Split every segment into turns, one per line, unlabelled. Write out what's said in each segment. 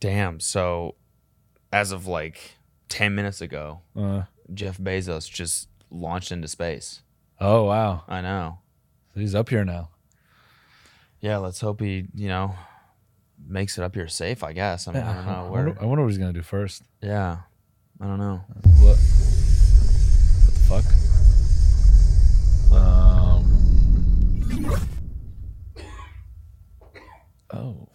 Damn. So, as of like 10 minutes ago,
Uh,
Jeff Bezos just launched into space.
oh wow,
I know.
so he's up here now.
Yeah, let's hope he, you know, makes it up here safe, I guess. I mean, I don't know. Where,
wonder, I wonder what he's gonna do first.
yeah. I don't know.
What? What the fuck? Um. Oh.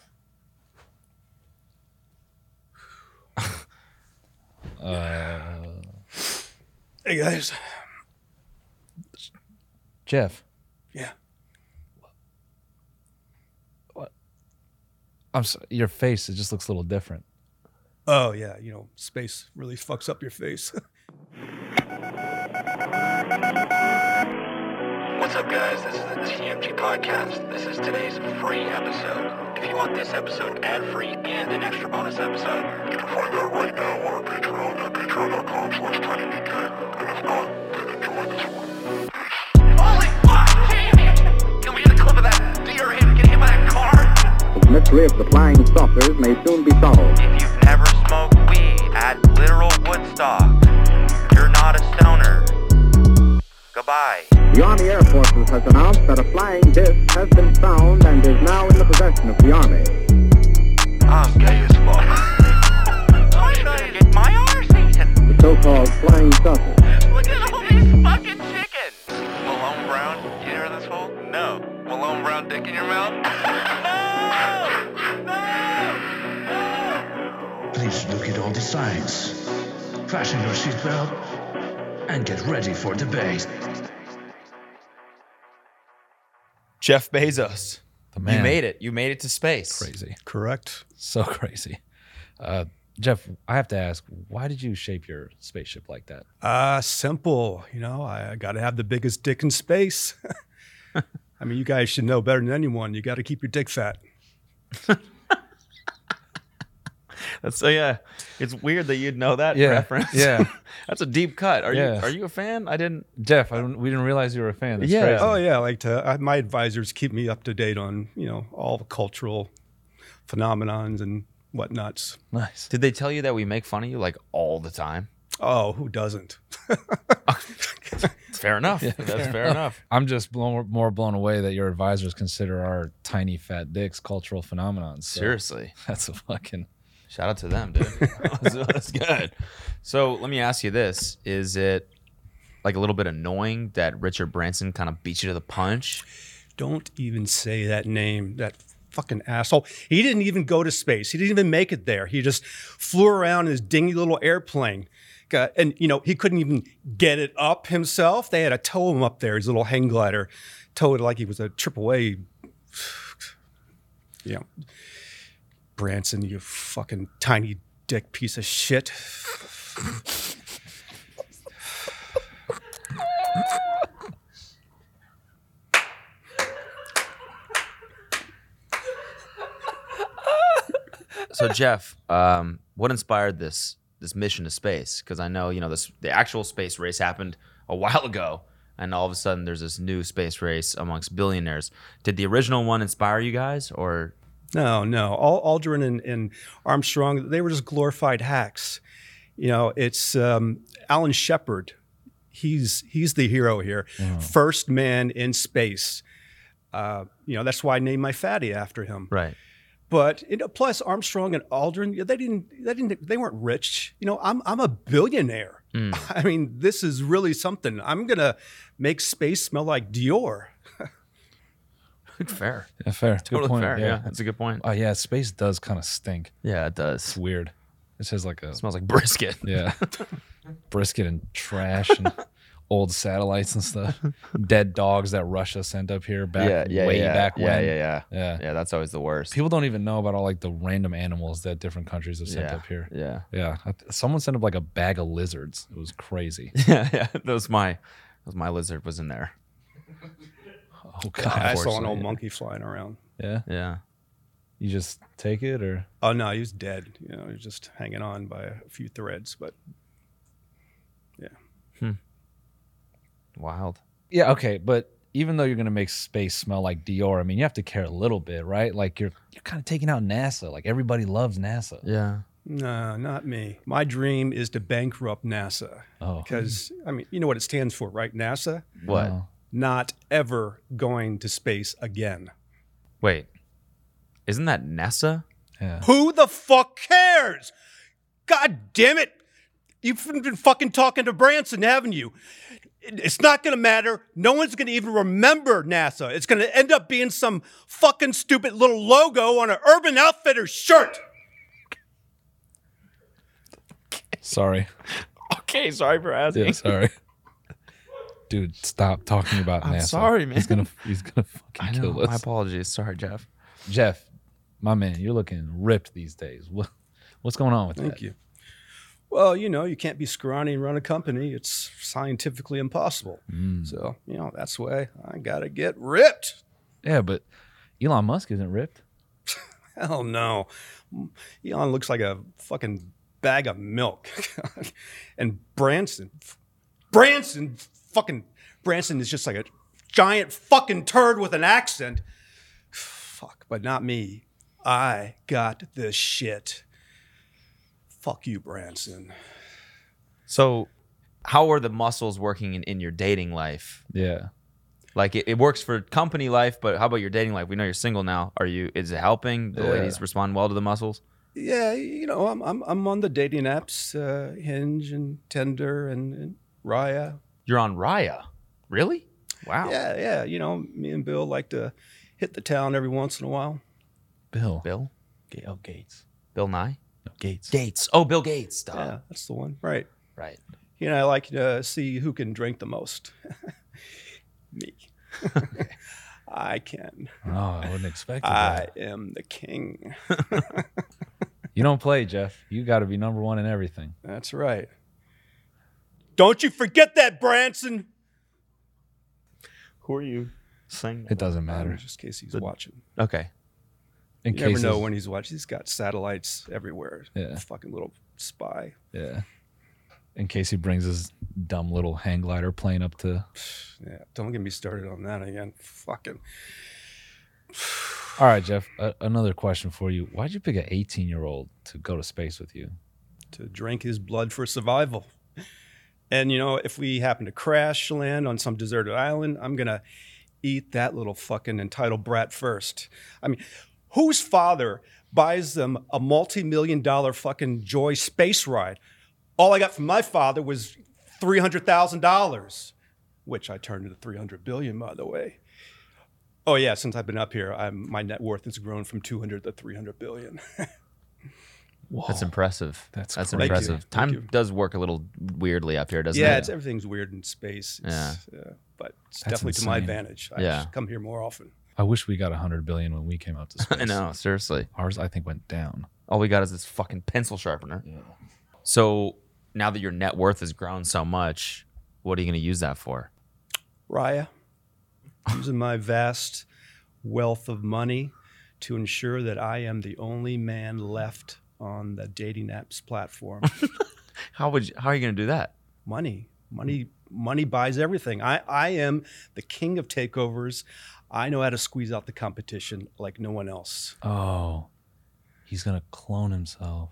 Uh,
Hey guys.
Jeff,
Yeah.
I'm so, your face. It just looks a little different.
Oh yeah, you know, space really fucks up your face.
What's up, guys? This is the TMG Podcast. This is today's free episode. If you want this episode ad-free and an extra bonus episode, you can find that right now on our Patreon at patreon.com slash tinydk. And if not, then enjoy this one. Holy fuck! Jamie! Can we get a clip of that deer him getting hit by a car?
The mystery of the flying saucers may soon be solved.
If you've never smoked weed at literal Woodstock, you're not a stoner. Goodbye.
The Army Air Forces has announced that a flying disc has been found and is now in the possession of the Army.
I'm gay as fuck. I'm trying to get my arse eaten.
The so-called flying saucer.
Look at all these fucking chickens. Malone Brown, you hear this hole? No. Malone Brown dick in your mouth? no! No!
Please look at all the signs. Fasten your seatbelt and get ready for debate.
Jeff Bezos.
The man.
You made it. You made it to space.
Crazy.
Correct.
So crazy. Uh, Jeff, I have to ask, why did you shape your spaceship like that?
Uh simple. You know, I, I gotta have the biggest dick in space. I mean, you guys should know better than anyone. You gotta keep your dick fat.
That's so yeah. It's weird that you'd know that
Yeah,
reference.
yeah.
That's a deep cut. Are
Yeah.
you are you a fan? I didn't
Jeff, I don't, we didn't realize you were a fan. That's
Yeah.
crazy.
Oh yeah, I like to. I, my advisors keep me up to date on you know all cultural phenomenons and whatnots.
Nice.
did they tell you that we make fun of you like all the time?
Oh, who doesn't?
Fair enough. That's fair, enough.
I'm just blown, more blown away that your advisors consider our tiny fat dicks cultural phenomenons. So
Seriously.
That's a fucking.
Shout out to them, dude. That's- That's good. So let me ask you this. Is it like a little bit annoying that Richard Branson kind of beat you to the punch?
Don't even say that name. That fucking asshole. He didn't even go to space. He didn't even make it there. He just flew around in his dingy little airplane. Got, and you know he couldn't even get it up himself. They had to tow him up there. His little hang glider, towed like he was a AAA. Yeah, Branson, you fucking tiny dick piece of shit.
So Jeff, um, what inspired this this mission to space? Because I know you know this the actual space race happened a while ago, and all of a sudden there's this new space race amongst billionaires. Did the original one inspire you guys, or
No, no. Al- Aldrin and, and Armstrong, they were just glorified hacks. You know, it's um, Alan Shepard. He's he's the hero here,
Oh.
first man in space. Uh, you know, that's why I named my fatty after him.
right?
But you know, plus Armstrong and Aldrin, they didn't they didn't they weren't rich. You know, I'm I'm a billionaire. I mean, this is really something. I'm gonna make space smell like Dior.
fair,
Yeah, fair.
totally
good point.
fair. Yeah.
yeah.
that's a good point.
Oh, yeah. Space does kind of stink.
Yeah, it does.
It's weird. It says like a.
smells like brisket.
Yeah. Brisket and trash and old satellites and stuff. Dead dogs that Russia sent up here back way back when.
yeah,
Yeah.
yeah. That's always the worst.
People don't even know about all like the random animals that different countries have sent
yeah,
up here.
yeah,
Yeah. I th- Someone sent up like a bag of lizards. It was crazy.
yeah, yeah. That was my, that was my lizard was in there.
Oh god.
I saw an old
Unfortunately.
monkey flying around.
Yeah.
Yeah,
You just take it or
Oh no, he was dead. You know, he was just hanging on by a few threads. But
wild.
Yeah, okay, but even though you're gonna make space smell like Dior, I mean, you have to care a little bit, right? Like you're you're kind of taking out NASA. Like everybody loves NASA.
Yeah.
No, not me. My dream is to bankrupt NASA
Oh,
because I mean, you know what it stands for, right? NASA
What?
no.
not ever going to space again.
Wait. Isn't that NASA?
Yeah.
Who the fuck cares? God damn it. You've been fucking talking to Branson, haven't you? It- It's not gonna matter. No one's gonna even remember NASA. It's gonna end up being some fucking stupid little logo on an Urban Outfitters shirt.
Sorry.
Okay, sorry for asking.
Yeah, sorry. Dude, stop talking about
I'm
NASA.
sorry, man.
He's gonna he's gonna fucking
I know.
kill
My
us.
apologies. Sorry, Jeff.
Jeff, my man, you're looking ripped these days. What what's going on with that?
you. Well, you know, you can't be scrawny and run a company. It's scientifically impossible. So, you know, that's why I gotta get ripped.
Yeah, but Elon Musk isn't ripped.
Hell no. Elon looks like a fucking bag of milk. and Branson, Branson, fucking Branson is just like a giant fucking turd with an accent. Fuck, but not me. I got this shit. Fuck you, Branson.
So, how are the muscles working in, in your dating life?
Yeah.
Like it, it works for company life, but how about your dating life? We know you're single now. Are you? Is it helping? The
Yeah.
ladies respond well to the muscles.
Yeah, you know, I'm I'm, I'm on the dating apps, uh, Hinge and Tinder and, and Raya.
You're on Raya, really? Wow,
Yeah, yeah. You know, me and Bill like to hit the town every once in a while.
Bill.
Bill,
Ga- Oh, Gates.
Bill Nye,
No, Gates.
Gates. Oh, Bill Gates. Duh.
Yeah, that's the one. Right.
Right.
He and I like to see who can drink the most. Me. I can.
Oh, I wouldn't expect it.
I
Uh,
that.
am the king.
You don't play, Jeff. You got to be number one in everything.
That's right. Don't you forget that, Branson.
Who are you saying?
It doesn't
Um,
matter.
Just in case he's
The-
watching.
Okay.
In
You
case
never know
it's-
when he's watching. He's got satellites everywhere.
Yeah.
Fucking little spy.
Yeah. In case he brings his dumb little hang glider plane up to.
Yeah. Don't get me started on that again. Fucking.
All right, Jeff. A- another question for you. Why'd you pick an 18 year old to go to space with you?
to drink his blood for survival. And you know, if we happen to crash land on some deserted island, I'm gonna eat that little fucking entitled brat first. I mean, whose father buys them a multi-million dollar fucking joy space ride? All I got from my father was three hundred thousand dollars, which I turned into three hundred billion, by the way. Oh yeah, since I've been up here, I'm, my net worth has grown from two hundred to three hundred billion.
That's impressive.
That's
that's
crazy.
impressive.
Oh, Thank you.
Time does work a little weirdly up here, doesn't
yeah,
it?
it's everything's weird in space. It's, uh, but it's
That's
definitely to my
insane.
advantage. I
Yeah.
should come here more often.
I wish we got 100 billion when we came out to space.
I know. Seriously.
Ours, I think, went down.
All we got is this fucking pencil sharpener. So now that your net worth has grown so much, what are you going to use that for?
Raya, using my vast wealth of money to ensure that I am the only man left on the dating apps platform.
How would you, how are you going to do that?
money, money, money buys everything. I, I am the king of takeovers. I know how to squeeze out the competition like no one else.
Oh, he's going to clone himself.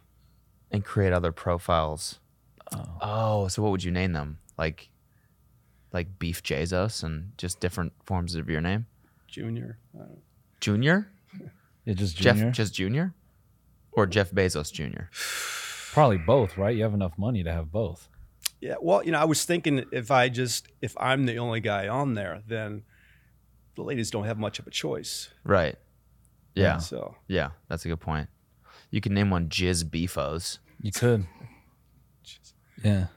And create other profiles.
Oh.
Oh, so what would you name them? Like like Beef Jesus and just different forms of your name?
Junior, uh,
Junior?
Yeah, just junior.
Jeff just Junior? Or Jeff Bezos Jr.
Probably both, right? You have enough money to have both.
Yeah, well, you know, I was thinking if I just if I'm the only guy on there, then the ladies don't have much of a choice.
Right. Yeah.
So
Yeah, that's a good point. You can name one Jizz Beefos.
You could. yeah.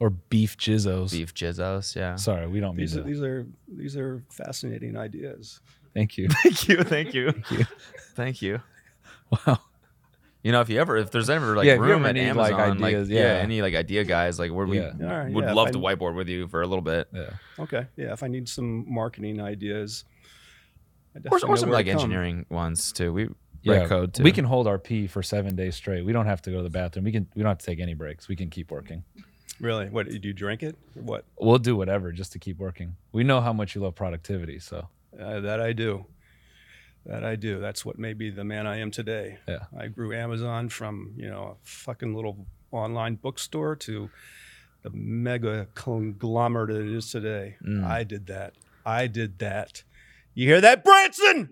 Or beef jizzos.
Beef Jizzos, yeah.
Sorry, we don't mean
these are,
to.
these are these are fascinating ideas.
Thank you.
Thank you, thank you. Thank you. thank you.
wow.
You know, if you ever, if there's ever like
Yeah, if you
room
ever
at
need, like,
Amazon, like,
ideas,
yeah.
yeah.
any like idea guys, like where we
Yeah.
All right,
Mm-hmm. would
yeah, if
love
I-
to whiteboard with you for a little bit,
Yeah.
Okay, yeah. If I need some marketing ideas, I
or,
definitely know
or some
where
like
to come.
engineering ones too. We
Yeah,
red code too.
We can hold our pee for seven days straight. We don't have to go to the bathroom. We can. We don't have to take any breaks. We can keep working.
Really? What do you drink it? Or what?
We'll do whatever just to keep working. We know how much you love productivity, so
Uh, that I do. That I do. That's what made me the man I am today.
Yeah.
I grew Amazon from, you know, a fucking little online bookstore to the mega conglomerate it is today.
Mm.
I did that. I did that. You hear that, Branson?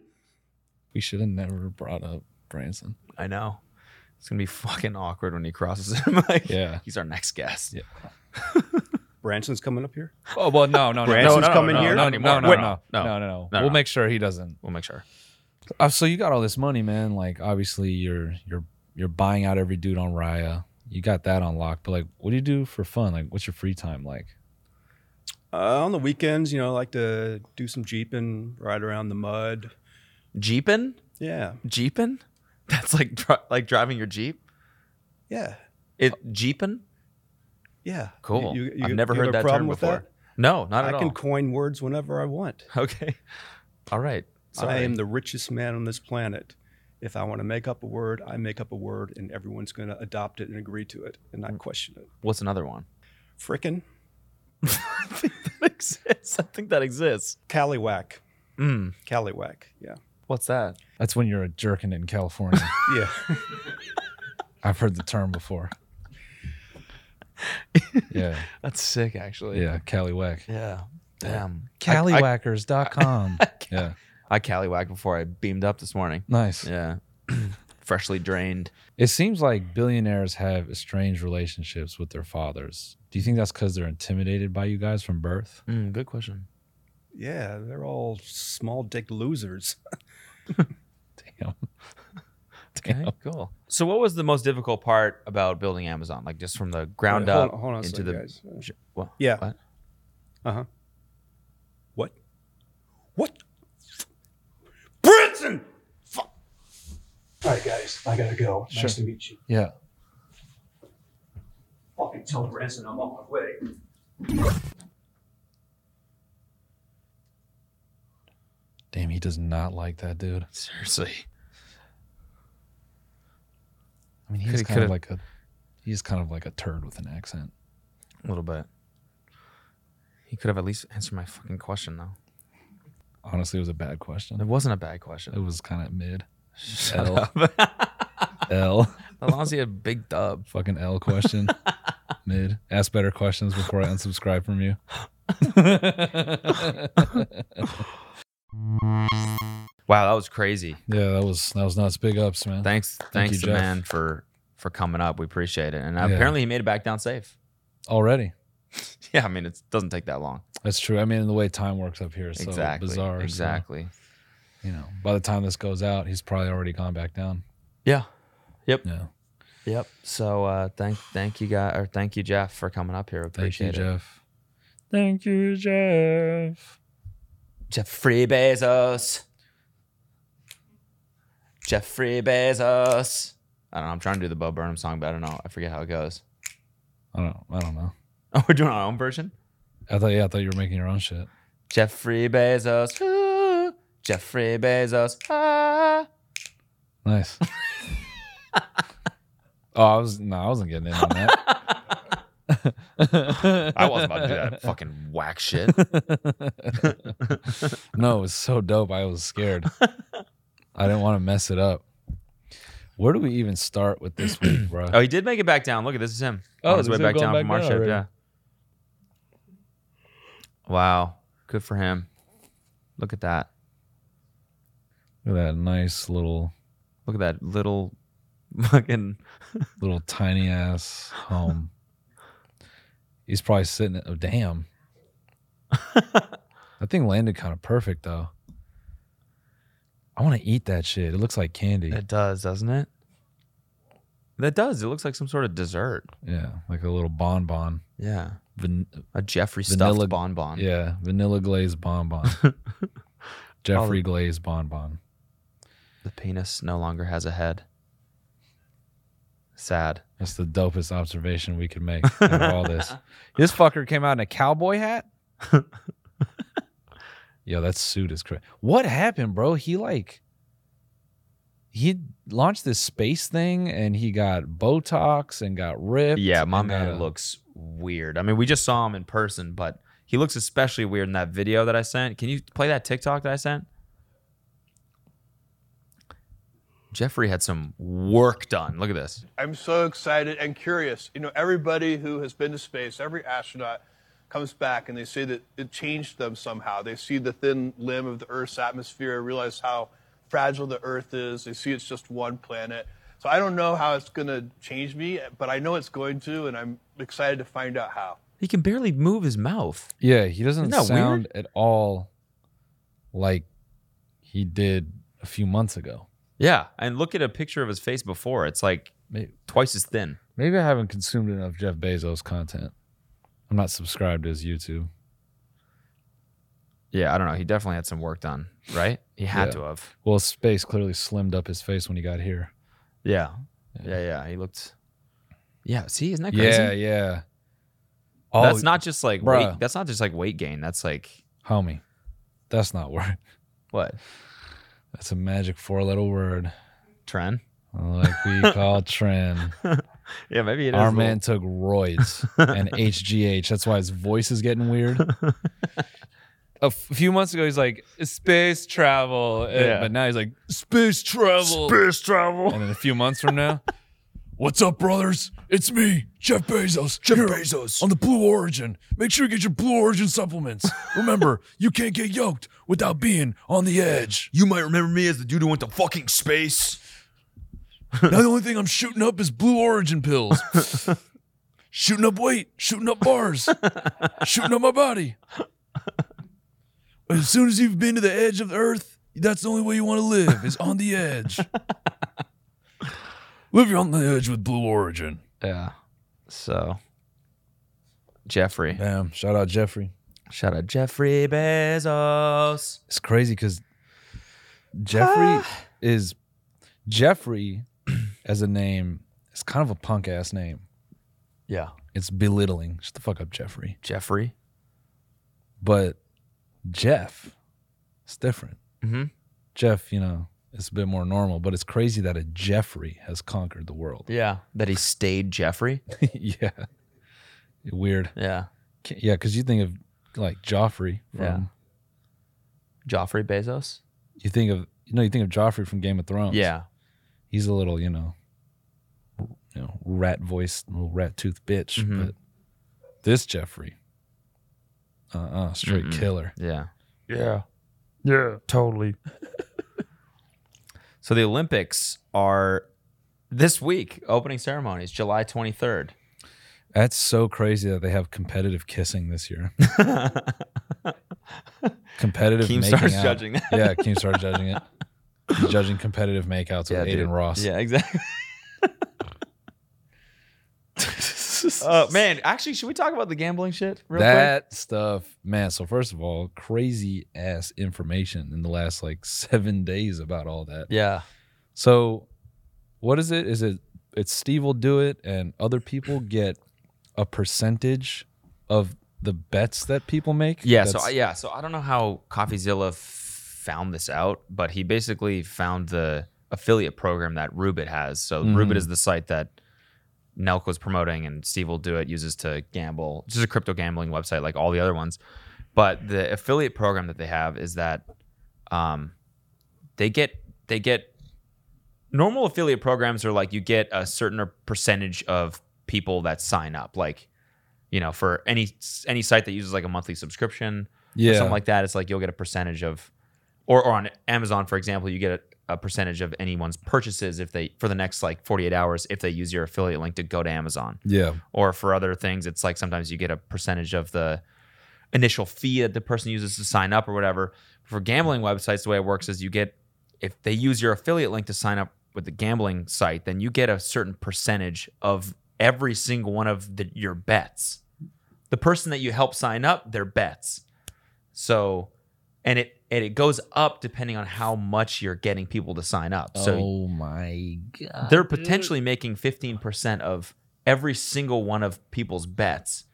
we should have never brought up Branson.
I know. It's gonna be fucking awkward when he crosses him. like,
Yeah.
he's our next guest.
Yeah.
Branson's coming up here?
Oh well, no, no, no,
Branson's
no, no,
coming
no,
here?
No,
Not
no,
anymore.
no, no,
Wait,
no,
no.
no, no, no.
No, no.
We'll make sure he doesn't.
We'll make sure.
Uh, so you got all this money, man. Like obviously you're you're you're buying out every dude on Raya. You got that on lock, but like, what do you do for fun? Like, what's your free time like?
Uh, on the weekends, you know, I like to do some jeeping, ride around the mud.
Jeepin'?
Yeah.
Jeepin'? That's like dri- like driving your Jeep?
Yeah.
It
Uh,
Jeepin'?
Yeah.
Cool.
You- you- you-
I've never
you
heard
have a
that
problem
term
with
before.
that?
No, not
I
at
can
all.
coin words whenever I want.
okay. All right. Sorry.
I am the richest man on this planet. If I want to make up a word, I make up a word, and everyone's going to adopt it and agree to it and not question it.
What's another one?
Frickin'
I think that exists. I think that exists.
Callywhack.
Mm.
Callywhack. Yeah.
What's that?
That's when you're a jerkin in California.
Yeah.
I've heard the term before. Yeah,
That's sick, actually.
yeah, Cali Whack.
Yeah. Damn. I, I,
Caliwackers.com. Yeah,
I callywhacked before I beamed up this morning.
nice.
Yeah. Freshly drained.
It seems like billionaires have estranged relationships with their fathers. Do you think that's because they're intimidated by you guys from birth?
Mm, good question.
Yeah. They're all small dick losers.
Damn.
Okay, cool. So, what was the most difficult part about building Amazon? Like, just from the ground
Wait, hold
up
on- hold on a
into
second,
the.
guys.
Sh- What?
Yeah.
What?
Uh huh. What? What? Brinson! Fuck. All right, guys. I got to go. Nice to meet you.
Yeah.
Fucking tell Branson I'm on my way.
Damn, he does not like that dude.
Seriously.
I mean,
Coulda-
he's kind
coulda-
of like a he's kind of like a turd with an accent.
A little bit. He could have at least answered my fucking question, though.
Honestly, it was a bad question.
It wasn't a bad
It
question.
was kind of mid.
Shut
L.
up.
L.
As long as he had a big dub.
Fucking L question. mid. Ask better questions before I unsubscribe from you.
Wow, that was crazy.
Yeah, that was that was nuts. Big ups, man.
Thanks, thanks
you,
to
Jeff.
man for for coming up. We appreciate it. And
Yeah.
apparently, he made it back down safe.
Already.
Yeah, I mean, it doesn't take that long.
That's true. I mean, the way time works up here is so
exactly.
bizarre. so,
Exactly.
you know, by the time this goes out, he's probably already gone back down.
Yeah. Yep.
Yeah.
Yep. So uh, thank thank you guy or thank you Jeff for coming up here.
Thank
Appreciate
you,
it.
Jeff. Thank you, Jeff.
Jeffrey Bezos. Jeffrey Bezos. I don't know. I'm trying to do the Bo Burnham song, but I don't know. I forget how it goes.
I don't. I don't know.
Oh, we're doing our own version.
I thought. Yeah, I thought you were making your own shit.
Jeffrey Bezos. Ooh, Jeffrey Bezos. Ah.
Nice. oh, I was. No, I wasn't getting in on that.
I wasn't about to do that fucking whack shit.
no, it was so dope. I was scared. I didn't want to mess it up. Where do we even start with this week, bro?
Oh, he did make it back down. Look at this is him.
Oh,
on his
this
way
is him
back
going
down
back
from our
down
ship.
already.
Yeah. Wow, good for him. Look at that.
Look at that nice little
Look at that little fucking.
little tiny ass home. He's probably sitting. Oh, damn. that thing landed kind of perfect though. I want to eat that shit. It looks like candy.
It does, doesn't it? That does. It looks like some sort of dessert.
Yeah, like a little bonbon.
Yeah,
Van-
a Jeffrey
Vanilla-
stuffed bonbon.
yeah, vanilla glazed bonbon. Jeffrey glazed bonbon.
The penis no longer has a head. Sad.
That's the dopest observation we could make out of all this. This fucker came out in a cowboy hat. Yo, that suit is crazy. What happened, bro? He like he launched this space thing and he got Botox and got ripped.
Yeah, my
and got
man
a-
looks weird. I mean, we just saw him in person, but he looks especially weird in that video that I sent. Can you play that TikTok that I sent? Jeffrey had some work done. Look at this.
I'm so excited and curious. You know, everybody who has been to space, every astronaut comes back and they say that it changed them somehow. They see the thin limb of the Earth's atmosphere, realize how fragile the Earth is. They see it's just one planet. So I don't know how it's going to change me, but I know it's going to, and I'm excited to find out how.
He can barely move his mouth.
Yeah, he doesn't
Isn't that
sound at all like he did a few months ago.
Yeah, and look at a picture of his face before. It's like
Maybe,
twice as thin.
maybe I haven't consumed enough Jeff Bezos content. I'm not subscribed to his YouTube.
Yeah, I don't know. He definitely had some work done, right? He had
Yeah.
to have.
Well, space clearly slimmed up his face when he got here.
Yeah. Yeah, yeah. He looked. Yeah. See, isn't that crazy?
Yeah, yeah. Oh,
that's not just like weight.
bruh.
That's not just like weight gain. That's like
homie. That's not word.
what
That's a magic four-letter word,
trend?
like we call trend.
Yeah, maybe it is.
Our
a
man took roids and HGH. That's why his voice is getting weird. A f- few months ago, he's like space travel, uh,
Yeah.
but now he's like space travel. Space travel. And in a few months from now, what's up, brothers? It's me, Jeff Bezos. Jeff Bezos on the Blue Origin. Make sure you get your Blue Origin supplements. Remember, you can't get yoked without being on the edge.
You might remember me as the dude who went to fucking space.
Now the only thing I'm shooting up is Blue Origin pills. shooting up weight, shooting up bars, shooting up my body. As soon as you've been to the edge of the earth, that's the only way you want to live is on the edge. live on the edge with Blue Origin.
little- yeah. So Jeffrey,
Damn, shout out Jeffrey.
shout out Jeffrey Bezos.
It's crazy because Jeffrey is Jeffrey as a name is kind of a punk ass name.
Yeah,
It's belittling. Shut the fuck up, Jeffrey.
Jeffrey.
but Jeff, it's different.
Mhm.
Jeff, you know, it's a bit more normal, but it's crazy that a Jeffrey has conquered the world.
Yeah, that he stayed Jeffrey.
yeah, weird.
Yeah,
Ca- Yeah, because you think of like Joffrey from
Yeah. Joffrey Bezos.
you think of you know you think of Joffrey from Game of Thrones.
Yeah,
he's a little you know, you know, rat voiced little rat tooth bitch.
Mhm.
But this Jeffrey, uh, uh straight
Mm-mm.
killer.
yeah.
Yeah,
So the Olympics are this week. Opening ceremonies, July twenty third.
that's so crazy that they have competitive kissing this year. competitive
Keem
making
starts
out.
judging that.
yeah, Keem started judging it. judging competitive makeouts with Aiden
dude.
Ross.
Yeah, exactly. Oh man, actually, should we talk about the gambling shit real quick?
that stuff, man. So first of all, crazy ass information in the last like seven days about all that.
Yeah,
So what is it? Is it it's Steve will do it and other people get a percentage of the bets that people make?
yeah. So I,
That's-
yeah, so I don't know how CoffeeZilla f- found this out, but he basically found the affiliate program that Rubit has. So
Mhm.
Rubit is the site that Nelk was promoting, and Steve will do it uses to gamble. It's just a crypto gambling website like all the other ones, but the affiliate program that they have is that um, they get they get normal affiliate programs are like you get a certain percentage of people that sign up like you know for any any site that uses like a monthly subscription or
yeah.
something like that it's like you'll get a percentage of or, or on amazon for example you get a, a percentage of anyone's purchases if they for the next like 48 hours if they use your affiliate link to go to amazon
yeah.
or for other things it's like sometimes you get a percentage of the initial fee that the person uses to sign up or whatever for gambling websites the way it works is you get if they use your affiliate link to sign up with the gambling site then you get a certain percentage of every single one of the, your bets the person that you help sign up their bets so and it and it goes up depending on how much you're getting people to sign up so
oh my god.
they're potentially making 15% of every single one of people's bets.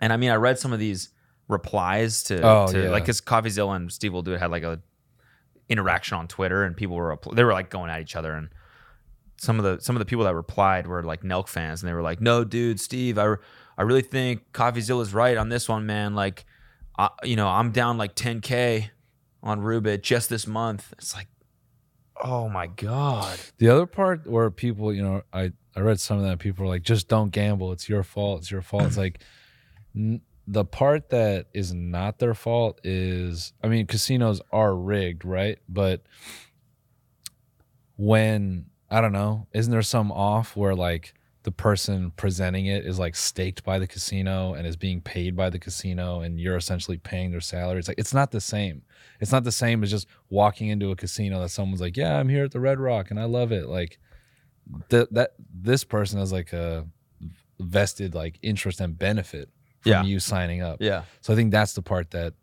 And I mean, I read some of these replies to,
Oh,
to
yeah.
like, because CoffeeZilla and Steve will do it had like a interaction on Twitter, and people were repl- they were like going at each other, and some of the some of the people that replied were like Nelk fans, and they were like, "No, dude, Steve, I I really think Coffeezilla's right on this one, man. Like, I, you know, I'm down like 10k on Rubit just this month. It's like, oh my god,
The other part where people, you know, I I read some of that people were like, just don't gamble. It's your fault. It's your fault. It's like n- the part that is not their fault is, I mean, casinos are rigged, right? But when I don't know, isn't there some off where like the person presenting it is like staked by the casino and is being paid by the casino and you're essentially paying their salary? It's like it's not the same. It's not the same as just walking into a casino that someone's like, "Yeah, I'm here at the Red Rock and I love it." Like th- that this person has like a vested like interest and benefit from
Yeah.
you signing up.
yeah,
So I think that's the part that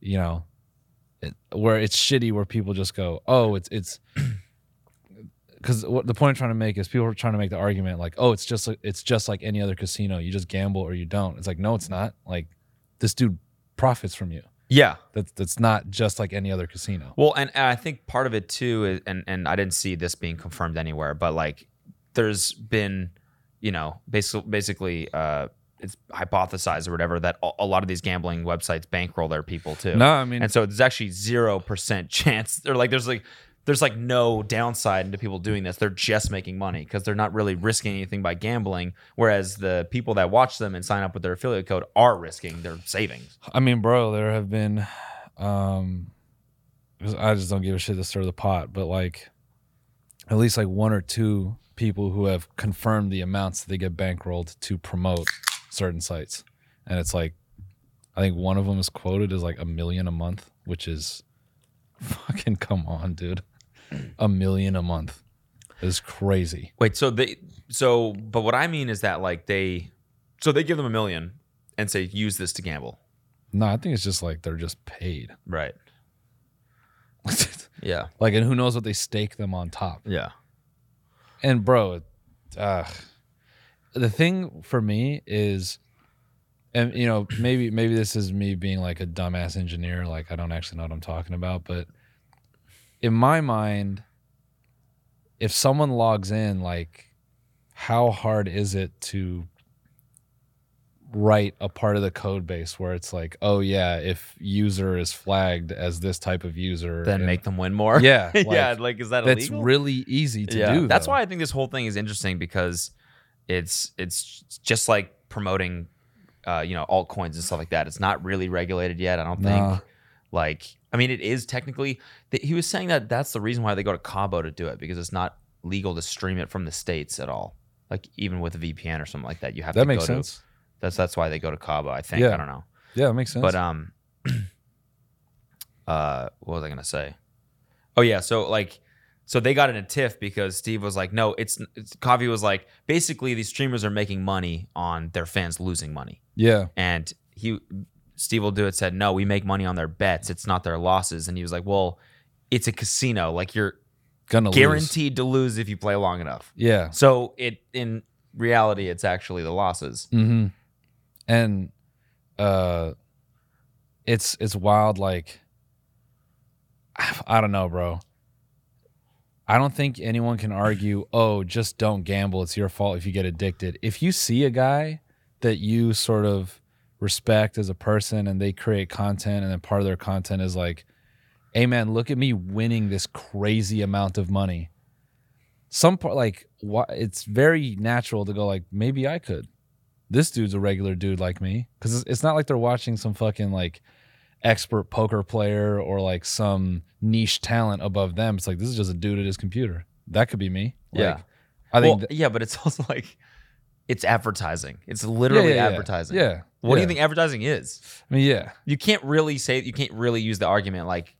you know it, where it's shitty where people just go, "Oh, it's it's cuz what the point I'm trying to make is people are trying to make the argument like, "Oh, it's just like- it's just like any other casino. You just gamble or you don't." It's like, "No, it's not. Like this dude profits from you."
yeah."
That's that's not just like any other casino.
Well, and, and I think part of it too is, and and I didn't see this being confirmed anywhere, but like there's been, you know, basically basically uh, it's hypothesized or whatever that a, a lot of these gambling websites bankroll their people too.
No, I mean,
and so there's actually zero percent chance. Or like there's like there's like no downside into people doing this. They're just making money because they're not really risking anything by gambling. Whereas the people that watch them and sign up with their affiliate code are risking their savings.
I mean, bro, there have been, um, 'cause I just don't give a shit to stir the pot, but like, at least like one or two people who have confirmed the amounts that they get bankrolled to promote certain sites, and it's like, I think one of them is quoted as like a million a month, which is, fucking come on, dude, a million a month is crazy.
Wait, so they so but what I mean is that like they so they give them a million and say use this to gamble.
No, I think it's just like they're just paid.
Right. Yeah.
like, and who knows what they stake them on top.
Yeah.
And bro, uh, the thing for me is, and you know, maybe maybe this is me being like a dumbass engineer, like I don't actually know what I'm talking about, but in my mind, if someone logs in, like, how hard is it to write a part of the code base where it's like, oh yeah, if user is flagged as this type of user,
Then
and-
make them win more.
yeah,
yeah.
like,
Like is that
that's
illegal?
really easy to
yeah.
do.
That's
though.
why I think this whole thing is interesting because it's it's just like promoting uh, you know, altcoins and stuff like that. It's not really regulated yet, I don't think.
Nah.
Like I mean it is technically th- he was saying that that's the reason why they go to Cabo to do it because it's not legal to stream it from the states at all. Like even with a VPN or something like that, you have
that
to
makes
go to
sense.
That's that's why they go to Cabo, I think.
Yeah.
I don't know.
Yeah, that makes sense.
But um uh what was I gonna say? Oh yeah, so like so they got in a tiff because Steve was like, no, it's, it's Kavi was like, basically these streamers are making money on their fans losing money.
yeah,
And he Steve will do it said, no, we make money on their bets, it's not their losses. And he was like, Well, it's a casino. Like you're
gonna lose.
guaranteed to lose if you play long enough.
Yeah.
So it in reality, it's actually the losses.
Mm-hmm. And uh, it's it's wild. Like I don't know, bro. I don't think anyone can argue. Oh, just don't gamble. It's your fault if you get addicted. If you see a guy that you sort of respect as a person, and they create content, and then part of their content is like, "Hey, man, look at me winning this crazy amount of money." Some part, like, why, it's very natural to go like, maybe I could this dude's a regular dude like me because it's, it's not like they're watching some fucking like expert poker player or like some niche talent above them it's like this is just a dude at his computer that could be me Like,
Yeah.
i think
well,
th-
yeah, but it's also like it's advertising. It's literally
yeah, yeah,
advertising.
yeah, yeah
What do you think advertising is?
i mean yeah
You can't really say you can't really use the argument like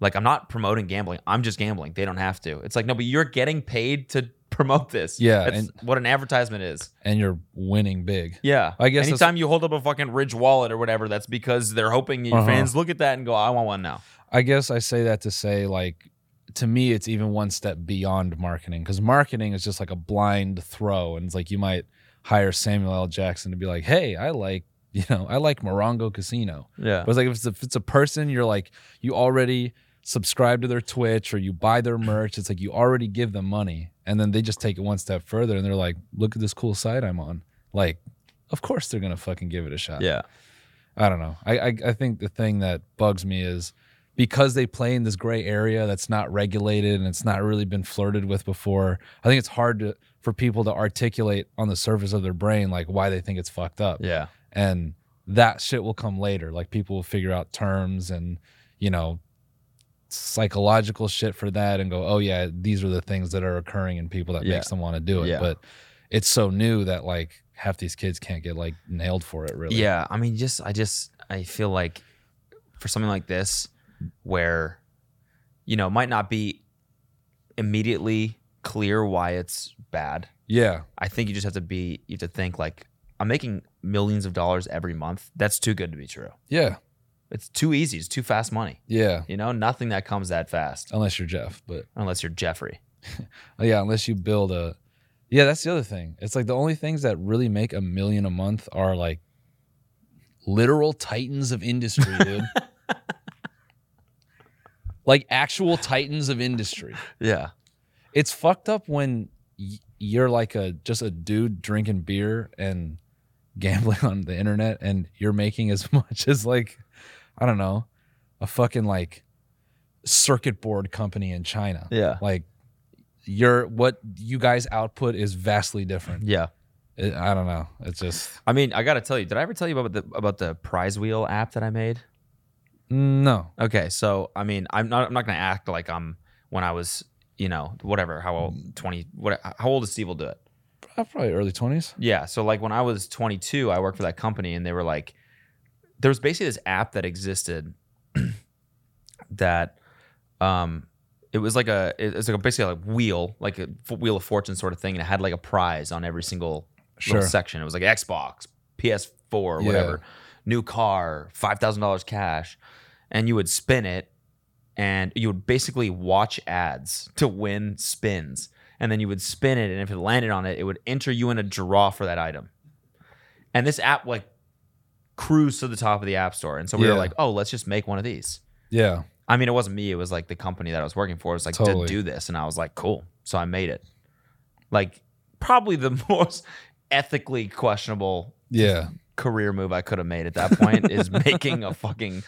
like I'm not promoting gambling. I'm just gambling. They don't have to. It's like no, but you're getting paid to promote this.
Yeah,
That's what an advertisement is.
and you're winning big
Yeah.
I guess that's-
anytime you hold up a fucking Ridge wallet or whatever, that's because they're hoping your
Uh-huh.
fans look at that and go, "I want one now."
I guess I say that to say like to me it's even one step beyond marketing because marketing is just like a blind throw and it's like you might hire Samuel L. Jackson to be like, hey, I like you know I like Morongo Casino.
Yeah.
But it's like if it's a, if it's a person, you're like you already subscribe to their Twitch or you buy their merch, it's like you already give them money. And then they just take it one step further and they're like, look at this cool site I'm on. Like, of course they're gonna fucking give it a shot.
Yeah.
I don't know. I, I I think the thing that bugs me is because they play in this gray area that's not regulated and it's not really been flirted with before. I think it's hard to for people to articulate on the surface of their brain like why they think it's fucked up.
Yeah.
And that shit will come later. Like people will figure out terms and you know psychological shit for that and go, "Oh yeah, these are the things that are occurring in people that
Yeah.
makes them want to do it."
Yeah.
But it's so new that like half these kids can't get like nailed for it really.
Yeah, I mean, just I just I feel like for something like this, where you know it might not be immediately clear why it's bad.
Yeah.
I think you just have to be you have to think like I'm making millions of dollars every month. That's too good to be true.
Yeah.
It's too easy. It's too fast money.
Yeah.
You know, nothing that comes that fast
Unless you're Jeff, but
unless you're Jeffrey.
oh, yeah, unless you build a Yeah, that's the other thing. It's like the only things that really make a million a month are like literal titans of industry, dude. like actual titans of industry.
Yeah.
It's fucked up when y- you're like a just a dude drinking beer and gambling on the internet and you're making as much as like I don't know, a fucking like circuit board company in China.
Yeah.
like your what you guys output is vastly different
Yeah.
It- i don't know it's just
I mean, I gotta tell you, did I ever tell you about the about the prize wheel app that I made?
no
Okay, so I mean, I'm not I'm not gonna act like I'm when I was, you know, whatever, how old, twenty, what, how old is Steve will do it?
Uh, probably early 20s
Yeah, so like when I was 22, I worked for that company, and they were like, there was basically this app that existed that, um, it was like a it- it's like a basically like a wheel, like a f- wheel of fortune sort of thing, and it had like a prize on every single
Sure.
little section. It was like Xbox, PS4,
Yeah.
whatever, new car, five thousand dollars cash, and you would spin it, and you would basically watch ads to win spins. And then you would spin it, and if it landed on it, it would enter you in a draw for that item. And this app like cruised to the top of the app store. And so we were
Yeah.
like, oh, let's just make one of these.
yeah
I mean, it wasn't me. It was like the company that I was working for. It was like
Totally.
to do this, and I was like, cool. So I made it. Like probably the most ethically questionable
yeah
career move I could have made at that point is making a fucking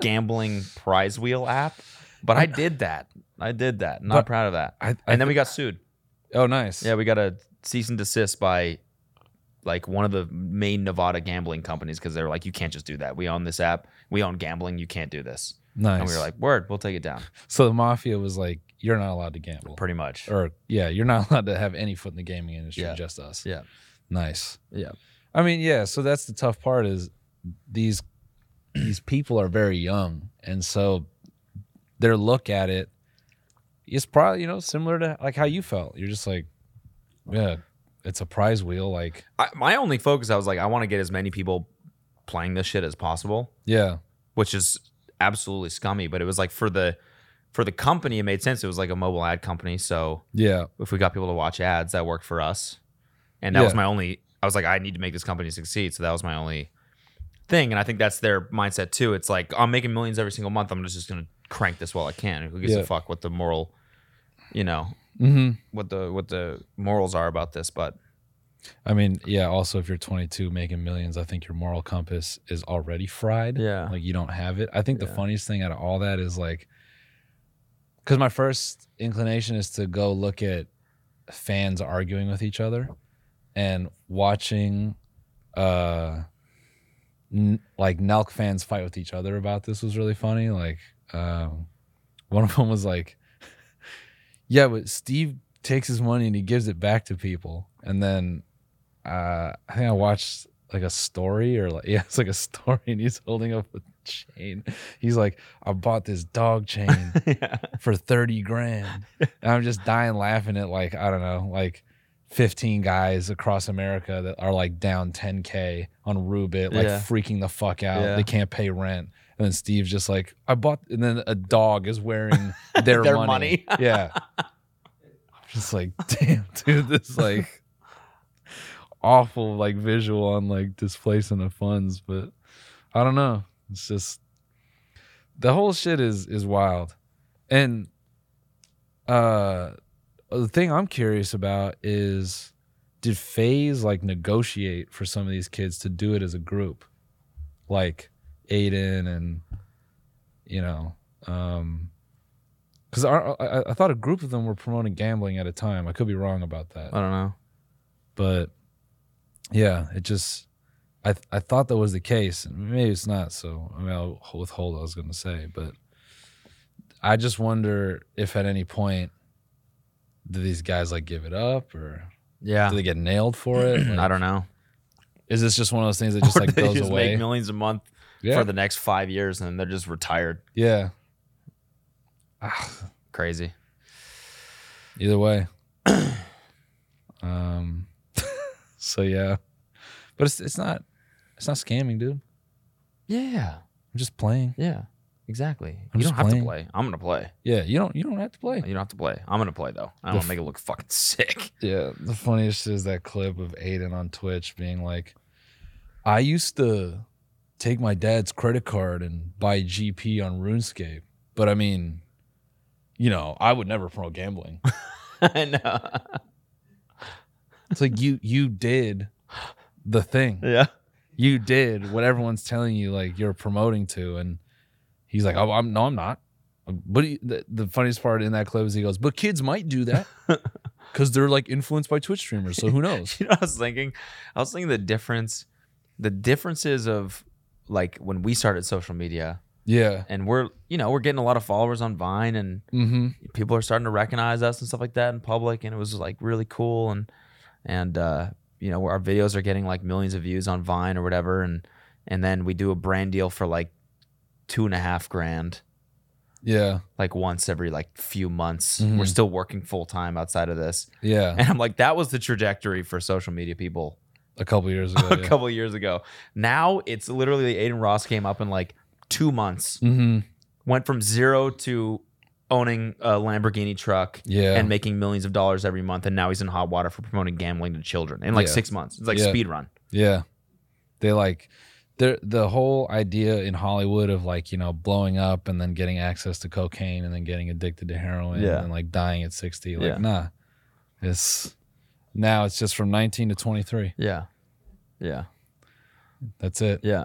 gambling prize wheel app. But I did that. I did that. Not
But
proud of that.
I, I
And then we got sued.
oh nice
Yeah, we got a cease and desist by like one of the main Nevada gambling companies because they're like, you can't just do that. We own this app. We own gambling. You can't do this.
nice
And we were like, word, we'll take it down.
so the mafia was like you're not allowed to gamble
Pretty much.
or yeah you're not allowed to have any foot in the gaming industry
Yeah.
just us
Yeah.
nice
Yeah.
i mean yeah so that's the tough part is these these people are very young and so their look at it is probably you know similar to like how you felt you're just like yeah it's a prize wheel like
I, my only focus, I was like, I want to get as many people playing this shit as possible,
yeah
which is absolutely scummy. But it was like for the for the company, it made sense. It was like a mobile ad company, so
yeah
if we got people to watch ads, that worked for us. And that was
Yeah.
my only. I was like, I need to make this company succeed. So that was my only thing. And I think that's their mindset too. It's like I'm making millions every single month. I'm just just gonna crank this while I can. Who gives
Yeah.
a fuck what the moral, you know,
hmm
what the what the morals are about this? But
i mean yeah also if you're 22 making millions i think your moral compass is already fried
yeah,
like you don't have it. I think the
Yeah.
funniest thing out of all that is like, because my first inclination is to go look at fans arguing with each other and watching, uh, n- like Nelk fans fight with each other about this was really funny. Like, um, one of them was like, "Yeah, but Steve takes his money and he gives it back to people." And then uh, I think I watched like a story or like yeah, it's like a story, and he's holding up a chain. He's like, "I bought this dog chain
yeah,
for thirty grand," and I'm just dying laughing at like I don't know, like. 15 guys across America that are like down 10k on Rubit, like
Yeah.
freaking the fuck out.
Yeah.
They can't pay rent. And then Steve's just like, I bought, and then a dog is wearing their,
Their money.
money. yeah. I'm just like, damn, dude, this like awful like visual on like displacing of funds. But I don't know. It's just the whole shit is is wild. And uh the thing I'm curious about is did FaZe like negotiate for some of these kids to do it as a group? Like Aiden and you know, um because I, I, I thought a group of them were promoting gambling at a time. I could be wrong about that,
I don't know.
but yeah, it just I I thought that was the case. and Maybe it's not. So I mean, I'll withhold what I was going to say, but I just wonder if at any point do these guys like give it up or
Yeah,
do they get nailed for it?
I don't know.
Is this just one of those things that just
Or
like
they
goes
just
away?
make millions a month
yeah,
for the next five years, and then they're just retired.
yeah. Ah,
Crazy.
Either way. um so yeah. But it's it's not it's not scamming, dude. I'm
Yeah,
just playing.
yeah, exactly.
I'm
you don't
just
have
playing.
to play. I'm gonna play.
Yeah, you don't you don't have to play.
You don't have to play. I'm gonna play though. I
The
want
f-
to make it look fucking sick.
Yeah, the funniest is that clip of Aiden on Twitch being like, "I used to take my dad's credit card and buy GP on RuneScape, but I mean, you know, I would never promote gambling.
I know.
It's like you you did the thing,
Yeah.
you did what everyone's telling you like you're promoting to, and he's like, oh, I'm no, I'm not. But he, the, the funniest part in that clip is he goes, but kids might do that because they're like influenced by Twitch streamers, so who knows?
You know what I was thinking? I was thinking the difference, the differences of like when we started social media
Yeah.
and we're, you know, we're getting a lot of followers on Vine and
Mm-hmm.
people are starting to recognize us and stuff like that in public. And it was like really cool. And, and, uh, you know, our videos are getting like millions of views on Vine or whatever. And, and then we do a brand deal for like two and a half grand,
Yeah.
like once every like few months.
Mhm.
We're still working full time outside of this.
Yeah.
And I'm like, that was the trajectory for social media people
a couple years ago.
a couple years ago. Now it's literally Aiden Ross came up in like two months,
Mm-hmm.
went from zero to owning a Lamborghini truck
Yeah.
and making millions of dollars every month, and now he's in hot water for promoting gambling to children in like
Yeah.
six months. It's like
Yeah.
speed run.
yeah. They like the the whole idea in Hollywood of like you know blowing up and then getting access to cocaine and then getting addicted to heroin
Yeah.
and like dying at sixty. Like
Yeah.
nah, it's now it's just from nineteen to twenty three.
Yeah, yeah,
That's it.
yeah.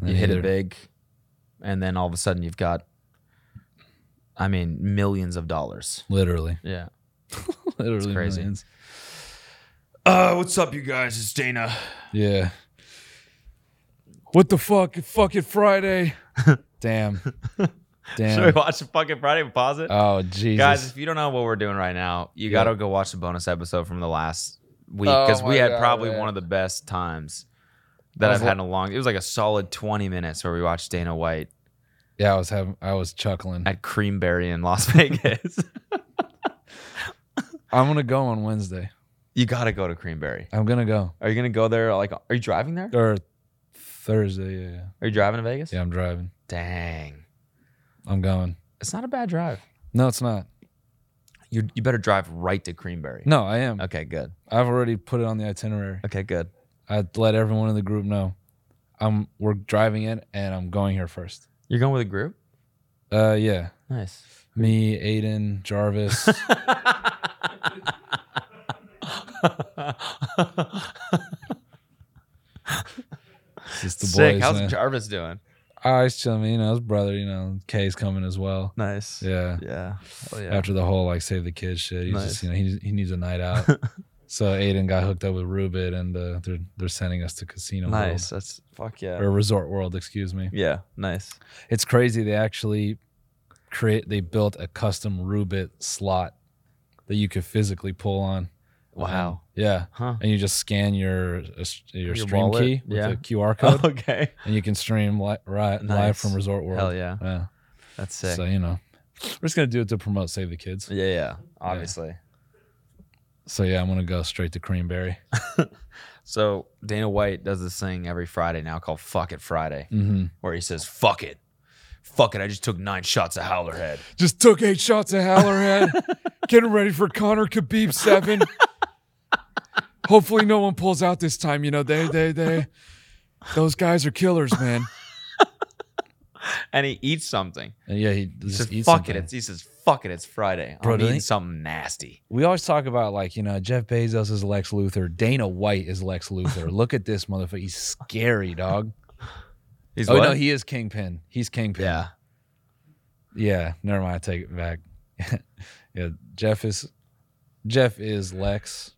And
you
then
hit
either-
it big, and then all of a sudden you've got, I mean, millions of dollars.
Literally,
Yeah.
literally
crazy.
millions.
Uh, what's up, you guys? It's Dana.
Yeah. What the fuck? Fuck it, Friday. Damn. Damn.
Should we watch fucking Friday and pause it?
Oh Jesus.
Guys, if you don't know what we're doing right now, you
Yeah.
got to go watch the bonus episode from the last week
Oh
because we
my
had
God,
probably
man.
one of the best times that
I
I've
was
had in a long. It was like a solid twenty minutes where we watched Dana White
yeah, I was having, I was chuckling.
at Creamberry in Las Vegas.
I'm gonna go on Wednesday.
you got to go to Creamberry.
I'm gonna go
Are you gonna go there? Like, are you driving there?
or Thursday. Yeah, yeah,
Are you driving to Vegas?
yeah. I'm driving.
Dang,
I'm going.
it's not a bad drive.
No, it's not.
You you better drive right to Creamberry.
No, I am.
Okay, good.
I've already put it on the itinerary.
Okay, good.
I let everyone in the group know. I'm we're driving in and I'm going here first.
You're going with a group.
Uh, yeah.
Nice.
Me, Aiden, Jarvis. It's just the
Sick.
boys.
How's
man.
Jarvis doing?
Ah, he's chilling. You know, his brother. You know, Kay's coming as well.
Nice.
Yeah.
Yeah. Hell yeah.
After the whole like save the kids shit, he's just
Nice.
you know he he needs a night out. so Aiden got hooked up with Rubid, and uh, they're they're sending us to Casino
nice. That's fuck yeah.
World or Resort World, excuse me.
Yeah. Nice.
It's crazy. They actually create. They built a custom Rubit slot that you could physically pull on.
Wow.
Yeah,
Huh.
and you just scan your uh, s- your,
Your
stream
wallet?
key with
Yeah.
a QR code,
okay.
and you can stream li- ri- live
Nice.
from Resort World.
Hell yeah.
Yeah.
That's sick.
So you know, we're just gonna do it to promote Save the Kids.
yeah. Yeah. Obviously.
So yeah, I'm gonna go straight to Creamberry.
So Dana White does this thing every Friday now called Fuck It Friday,
Mm-hmm.
where he says, "Fuck it, fuck it." I just took nine shots of Howler Head.
Just took eight shots of Hallerhead. Getting ready for Connor Khabib seven. Hopefully, no one pulls out this time. You know, they, they, they, those guys are killers, man.
and he eats something.
And yeah, he
He
just
says,
eats
"Fuck
something.
it." It's, he says, "Fuck it." It's Friday.
Bro,
I'm
do
eating
they-
something nasty.
we always talk about like you know Jeff Bezos is Lex Luthor, Dana White is Lex Luthor. Look at this motherfucker, he's scary, dog.
He's
oh
what?
no, he is Kingpin. He's Kingpin.
yeah.
Yeah, never mind. I take it back. yeah, Jeff is Jeff is Lex.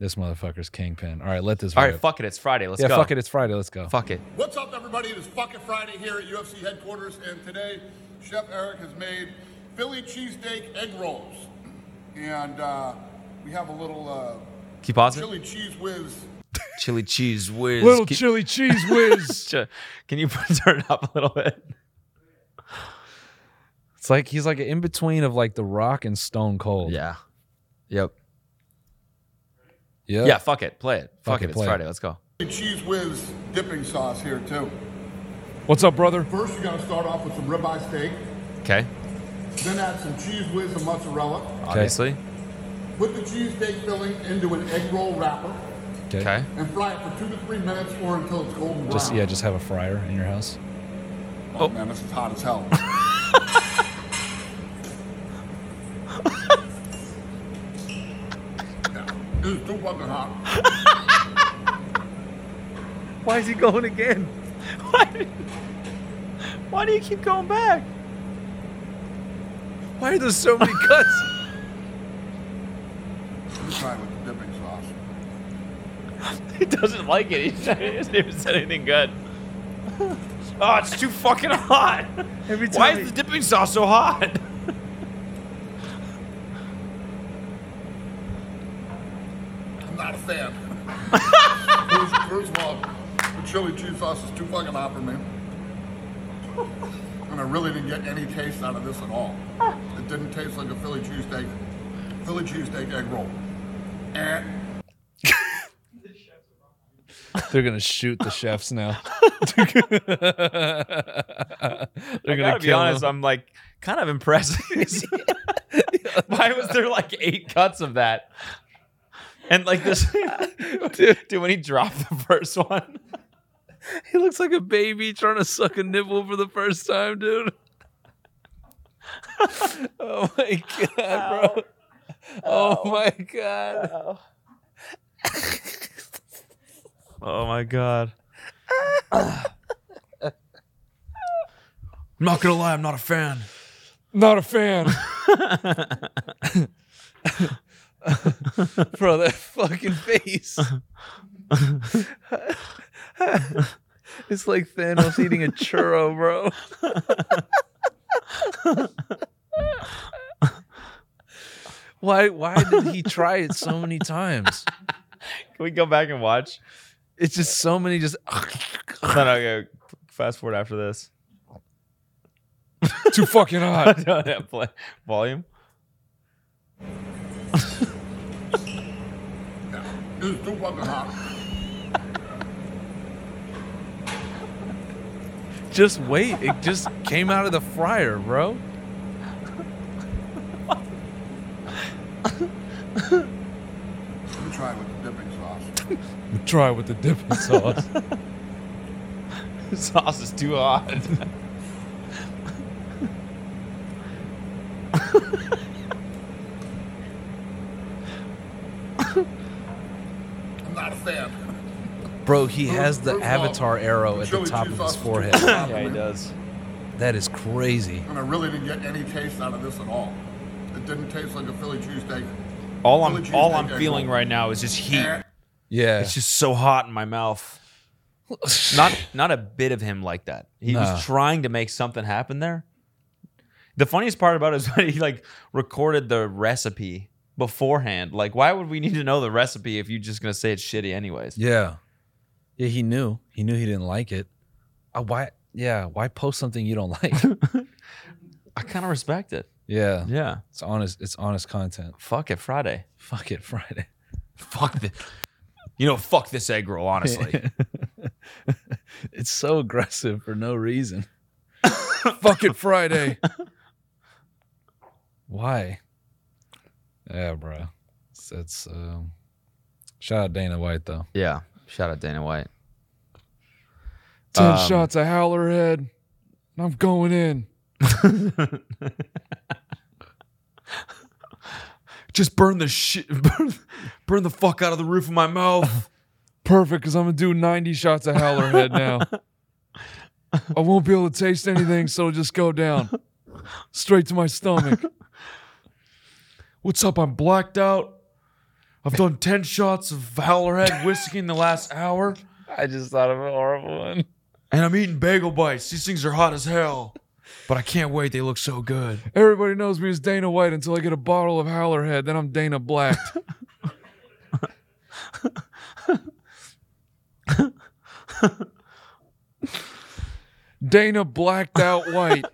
This motherfucker's Kingpin. All right, let this.
All right,
rip.
fuck it. It's Friday. Let's
yeah,
go.
fuck it. It's Friday. Let's go.
Fuck it.
What's up, everybody? It is fucking Friday here at UFC headquarters, and today Chef Eric has made Philly cheesesteak egg rolls, and uh, we have a little uh,
Can you pause it?
chili cheese whiz.
Chili cheese whiz.
Little
Can-
chili cheese whiz.
Ch- Can you turn it up a little bit?
it's like he's like in between of like The Rock and Stone Cold.
Yeah. Yep.
Yeah.
Yeah. Fuck it. Play it. Fuck,
Fuck it,
it. It's
play it.
Friday. Let's go.
Chili Cheese whiz dipping sauce here too.
What's up, brother?
First, you got to start off with some ribeye steak,
Okay.
then add some cheese whiz and mozzarella.
Obviously.
Put the cheesesteak filling into an egg roll wrapper
Okay.
and fry it for two to three minutes or until it's golden brown.
Just yeah, just have a fryer in your house.
Oh, man, this is hot as hell. This is too fucking hot.
Why is he going again?
Why do you keep going back?
Why are there so many cuts?
Let me try it with the dipping sauce.
He doesn't like it. He hasn't even said anything good. Oh, it's too fucking hot.
Every
Why
time.
is the dipping sauce so hot?
I'm not a fan. first, first of all, the chili cheese sauce is too fucking hot for me. And I really didn't get any taste out of this at all. It didn't taste like a Philly cheesesteak, Philly cheesesteak egg roll. And
They're gonna shoot the chefs now. They're
I
gonna
gotta be
kill
honest,
them.
I'm like kind of impressed. Why was there like eight cuts of that? And like this, dude, when he dropped the first one,
He looks like a baby trying to suck a nibble for the first time, dude. oh my god, bro! Oh, my god!
oh my god! I'm not gonna lie, I'm not a fan.
Not a fan, bro. That fucking face. it's like Thanos eating a churro, bro. why? Why did he try it so many times?
Can we go back and watch?
It's just so many. Just
No, no, go fast forward after this.
too fucking hot.
No, no, play- Volume.
This is too fucking hot.
Just wait. It just came out of the fryer, bro.
Let me try it with the dipping sauce.
Try with the dipping sauce.
sauce is too hot.
I'm not a fan.
Bro, he has
First
the
of all,
avatar arrow at the
chili
top
cheese
of
sauce
his
is too
forehead.
fucking hot for me.
does.
That is crazy.
And I really didn't get any taste out of this at all. It didn't taste like a Philly cheesesteak.
All
Philly
I'm
cheese
all
steak
I'm
egg
feeling
roll.
right now is just heat.
Eh.
Yeah.
It's just so hot in my mouth. Not not a bit of him like that. He
Nah.
was trying to make something happen there. The funniest part about it is when he like recorded the recipe beforehand. Like, why would we need to know the recipe if you're just gonna say it's shitty anyways?
yeah. Yeah, he knew. He knew he didn't like it. Uh, why? Yeah. Why post something you don't like?
I kind of respect it.
yeah.
Yeah.
It's honest. It's honest content.
Fuck it, Friday.
Fuck it, Friday.
Fuck this. You know, fuck this egg roll, honestly.
It's so aggressive for no reason. Fuck it, Friday. Why? Yeah, bro. It's, it's um, shout out Dana White though.
yeah. Shout out Dana White.
Ten
Um,
shots of Howler Head. and I'm going in.
Just burn the shit, burn, burn the fuck out of the roof of my mouth.
Perfect, because I'm gonna do 90 shots of Howler Head now. I won't be able to taste anything, so it'll just go down straight to my stomach.
What's up? I'm blacked out. I've done 10 shots of Howlerhead whiskey in the last hour.
I just thought of a horrible one.
And I'm eating bagel bites. These things are hot as hell. But I can't wait. They look so good.
Everybody knows me as Dana White until I get a bottle of Howler Head. Then I'm Dana Black. Dana blacked out white.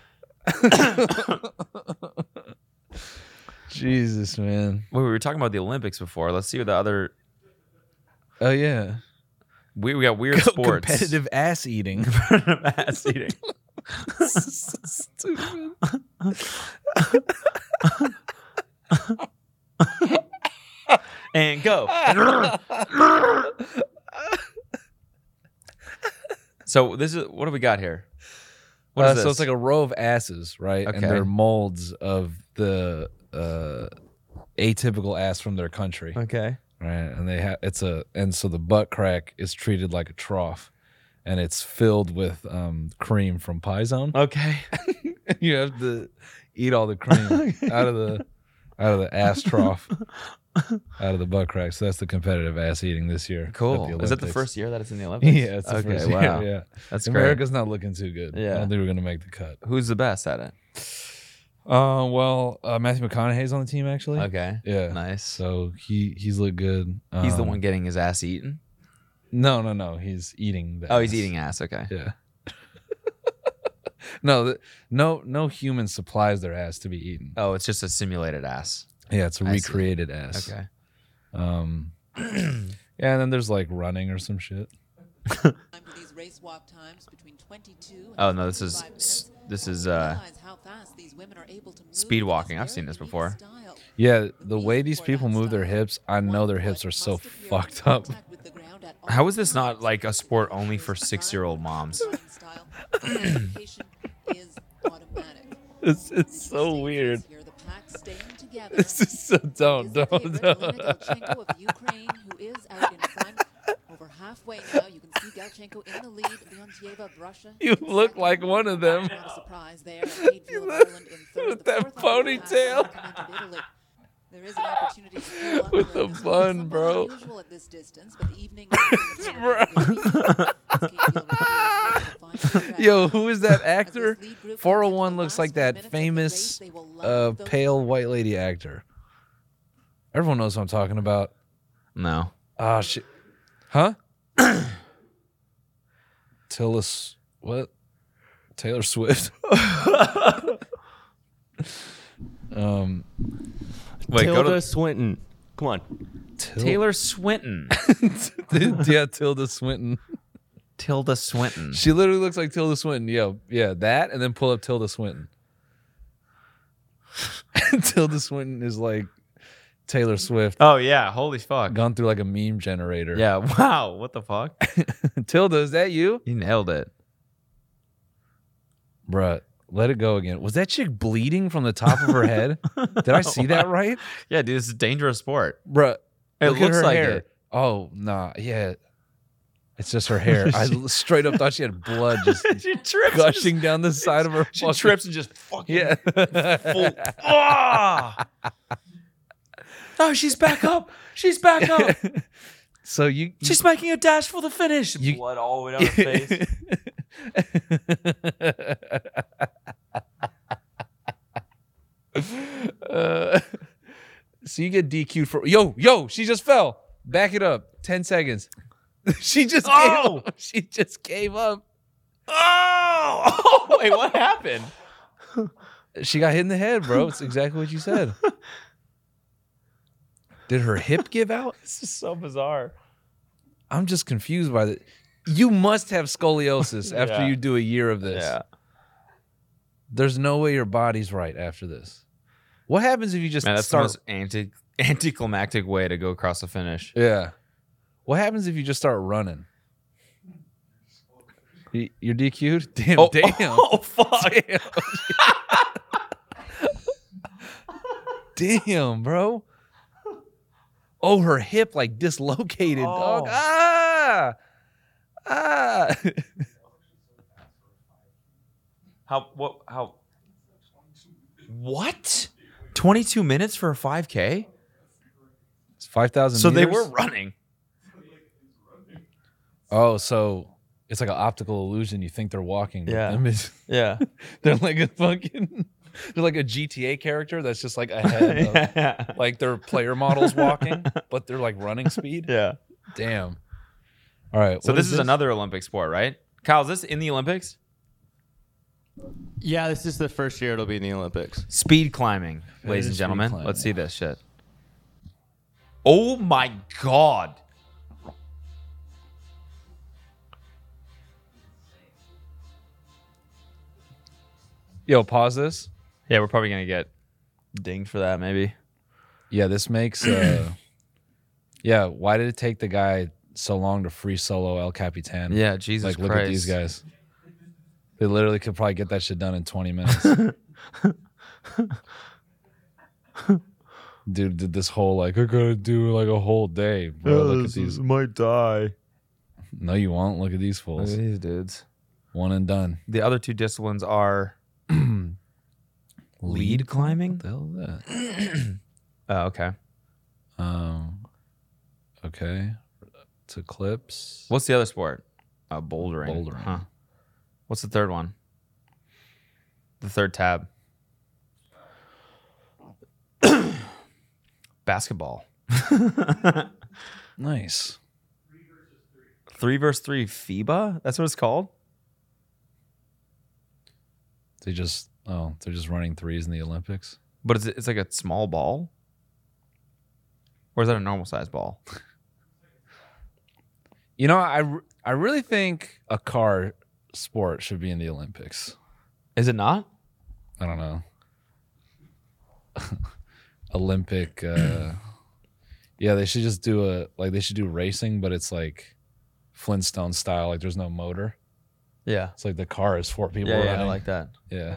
Jesus, man.
Well, we were talking about the Olympics before. Let's see what the other.
Oh yeah,
We, we got weird
Co-
sports.
Competitive ass eating.
Competitive ass eating.
Stupid.
and go. so this is what do we got here? What is
Uh,
this?
So it's like a row of asses, right? And
Okay.
they're molds of the uh, atypical ass from their country,
okay.
right? And they have it's a and so the butt crack is treated like a trough, and it's filled with um, cream from Pie Zone.
Okay.
you have to eat all the cream out of the out of the ass trough, out of the butt crack. So that's the competitive ass eating this year. at
Cool.
the
Is that the
Olympics.
first year that it's in the Olympics?
Yeah, it's the
okay.
first year,
wow.
Yeah,
That's great.
America's not looking too good. I
Yeah.
don't think we're gonna make the cut.
Who's the best at it?
Uh, well, uh, Matthew McConaughey's on the team actually.
Okay.
Yeah.
Nice.
So he he's looked good.
He's the
Um,
one getting his ass eaten.
No, no, no. He's eating. The
Oh, he's
ass.
eating ass. Okay.
Yeah. no, th- no, no human supplies their ass to be eaten.
Oh, it's just a simulated ass.
Yeah, it's a
I see.
recreated ass.
Okay.
Um. yeah, and then there's like running or some shit.
Time for these race swap times between 22 and
Oh no, this is
25
s-
minutes.
this is uh
Realize how fast these women are able to move
speed
in
walking. I've
very
seen this
unique
before.
style.
Yeah, the way these people move their hips, I know their hips are so fucked up.
With the ground at all
How is this not like a sport only for six year old moms?
style. Identification is automatic.
It's it's so weird.
Here, the pack staying together.
This is so don't
Is the
don't
favorite Elena
don't.
Galchenko of Ukraine, who is out in front. Over halfway now, you can see Galchenko in the lead. Leontieva of Russia.
You look like one of them.
Not a surprise there. Wakefield of Ireland in third.
with
The
that
fourth on the pack,
ponytail.
Sacramento of Italy. There is an opportunity to fill up
With
here.
the
This is
bun,
somewhat
bro.
unusual at this distance, but the evening- Wakefield
Yo, who is that actor?
Of this lead group,
401
the
looks
last
like
few
that
minutes of the race,
famous
they will line
uh,
those
pale white lady actor. Everyone knows what I'm talking about.
No.
Ah, shit. Huh? Tillis. What? Taylor Swift. um,
Wait, go
Tilda
to
Swinton. Come on.
Til-
Taylor Swinton.
yeah, Tilda Swinton.
Tilda Swinton.
She literally looks like Tilda Swinton. Yo, yeah, that, and then pull up Tilda Swinton. Tilda Swinton is like Taylor Swift,
Oh yeah, holy fuck.
gone through like a meme generator.
Yeah, wow, what the fuck?
Tilda, is that you?
You nailed it.
Bruh, let it go again. Was that chick bleeding from the top of her head? Did I see that right?
Yeah, dude, this is a dangerous sport.
Bruh,
It
look at
looks
her
like
hair.
it.
Oh, nah, yeah. It's just her hair. I l- straight up thought she had blood just
she trips.
gushing down the side of her.
She
fucking-
trips and just fucking
Yeah.
full. Ah! Oh, she's back up. She's back up.
so you, you
She's making a dash for the finish.
You-
Blood all the way down her face.
Uh, so you get DQ'd for yo yo. She just fell. Back it up. Ten seconds. she just
Oh!
gave up. She just gave up.
Oh! Wait, what happened?
She got hit in the head, bro. It's exactly what you said. Did her hip give out?
This is so bizarre.
I'm just confused by that. You must have scoliosis after
Yeah.
you do a year of this.
Yeah.
There's no way your body's right after this. What happens if you just
Man, that's
start
the most anti anticlimactic way to go across the finish.
Yeah. What happens if you just start running? Y- You're DQ'd? Damn,
Oh,
damn.
oh, fuck.
Damn. damn, bro. Oh, her hip like dislocated, dog.
Oh.
Ah. Ah.
How? What? How? What? Twenty-two minutes for a five k?
It's 5,000
So they
meters?
were running.
Oh, so it's like an optical illusion. You think they're walking. but
Yeah.
them is-
Yeah.
they're like a fucking. They're like a GTA character that's just like ahead. Of, Like their player models walking, but they're like running speed.
Yeah.
Damn. All right.
So
what
this is, another Olympic sport, right? Kyle, is this in the Olympics?
Yeah, this is the first year it'll be in the Olympics.
Speed climbing, ladies
is
and
speed
gentlemen.
climbing.
Let's see this shit. Oh my god.
Yo, pause this.
Yeah, we're probably gonna get dinged for that, maybe.
Yeah, this makes. Uh, yeah, why did it take the guy so long to free solo El Capitan?
Yeah, Jesus
Like, look at these
Christ.
guys. They literally could probably get that shit done in 20 minutes. Dude did this whole like I gotta do like a whole day, bro. look at these.
might die.
No, you won't. Look at these fools.
Look at these dudes.
One and done.
The other two disciplines are lead climbing. What
the hell is
that? oh, okay.
Um, okay. To clips.
What's the other sport? Uh, bouldering.
Bouldering.
Huh. What's the third one? The third tab. Basketball.
nice.
Three versus three FIBA. That's what it's called.
They just oh, they're just running threes in the Olympics.
But it's it's like a small ball. Or is that a normal size ball?
You know, I re- I really think a car sport should be in the Olympics.
Is it not?
I don't know. Olympic. Uh, yeah, they should just do a like they should do racing, but it's like Flintstone style. Like there's no motor.
Yeah.
It's like the car is four people.
Yeah, yeah, I
running.
like that.
Yeah,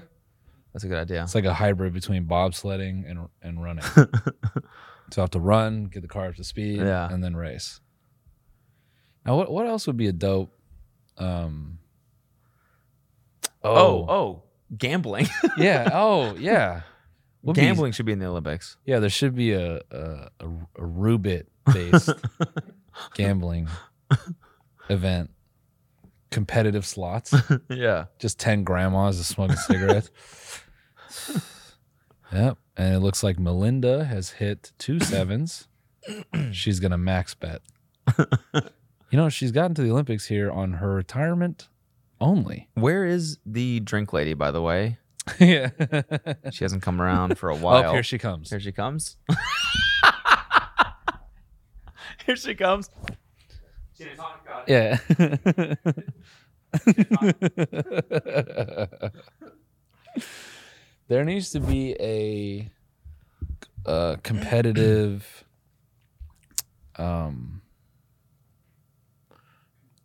that's a good idea.
It's like a hybrid between bobsledding and and running. so I have to run, get the car up to speed,
Yeah.
and then race. Now, what what else would be a dope? Um,
Oh, oh, gambling.
yeah. Oh, yeah. Would be-
gambling should be in the Olympics.
Yeah, there should be a a, a, a Rubit based gambling event. Competitive slots.
Yeah.
Just ten grandmas just smoking cigarettes. yep. And it looks like Melinda has hit two sevens. she's gonna max bet. you know, she's gotten to the Olympics here on her retirement only.
Where is the drink lady, by the way?
yeah.
She hasn't come around for a
Oh,
while.
here she comes.
Here she comes. Here she comes.
Yeah. there needs to be a, uh competitive um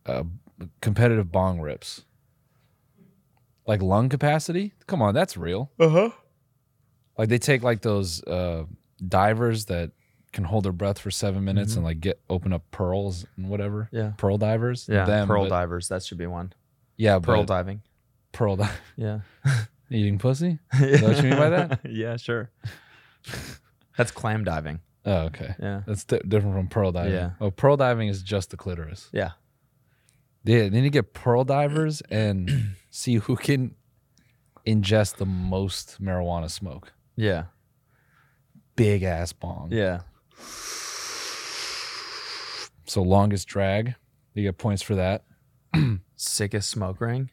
uh, competitive bong rips. Like lung capacity? Come on, that's real.
Uh-huh.
Like they take like those uh divers that can hold their breath for seven minutes and like get open up pearls and whatever.
Yeah.
Pearl divers.
Yeah.
Them,
pearl
but-
divers. That should be one.
Yeah.
Pearl
but-
diving.
Pearl diving.
Yeah.
Eating pussy? Is that what you mean by that?
yeah, sure. That's clam diving.
Oh, okay.
Yeah.
That's di- different from pearl diving.
Yeah.
Oh, pearl diving is just the clitoris.
Yeah.
Yeah. They need to get pearl divers and see who can ingest the most marijuana smoke.
Yeah.
Big ass bong.
Yeah.
So longest drag. You get points for that.
Sickest smoke ring.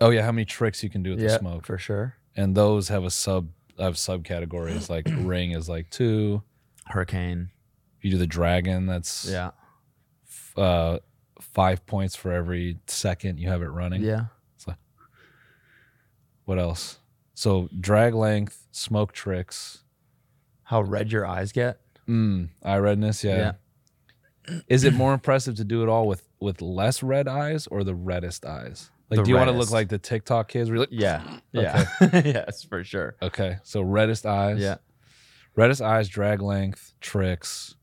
Oh yeah, how many tricks you can do with
Yeah,
the smoke
for sure.
And those have a sub have subcategories like ring is like two,
hurricane.
You do the dragon. That's
Yeah.
f- uh, five points for every second you have it running.
Yeah.
It's like what else? So drag length, smoke tricks.
How red your eyes get?
Mm, eye redness. Yeah. is it more impressive to do it all with with less red eyes or the reddest eyes? Like,
The
do you want to look
reddest.
like the TikTok kids? Where you're like,
Yeah, yeah. yes, for sure.
Okay, so reddest eyes.
Yeah.
reddest eyes, drag length, tricks.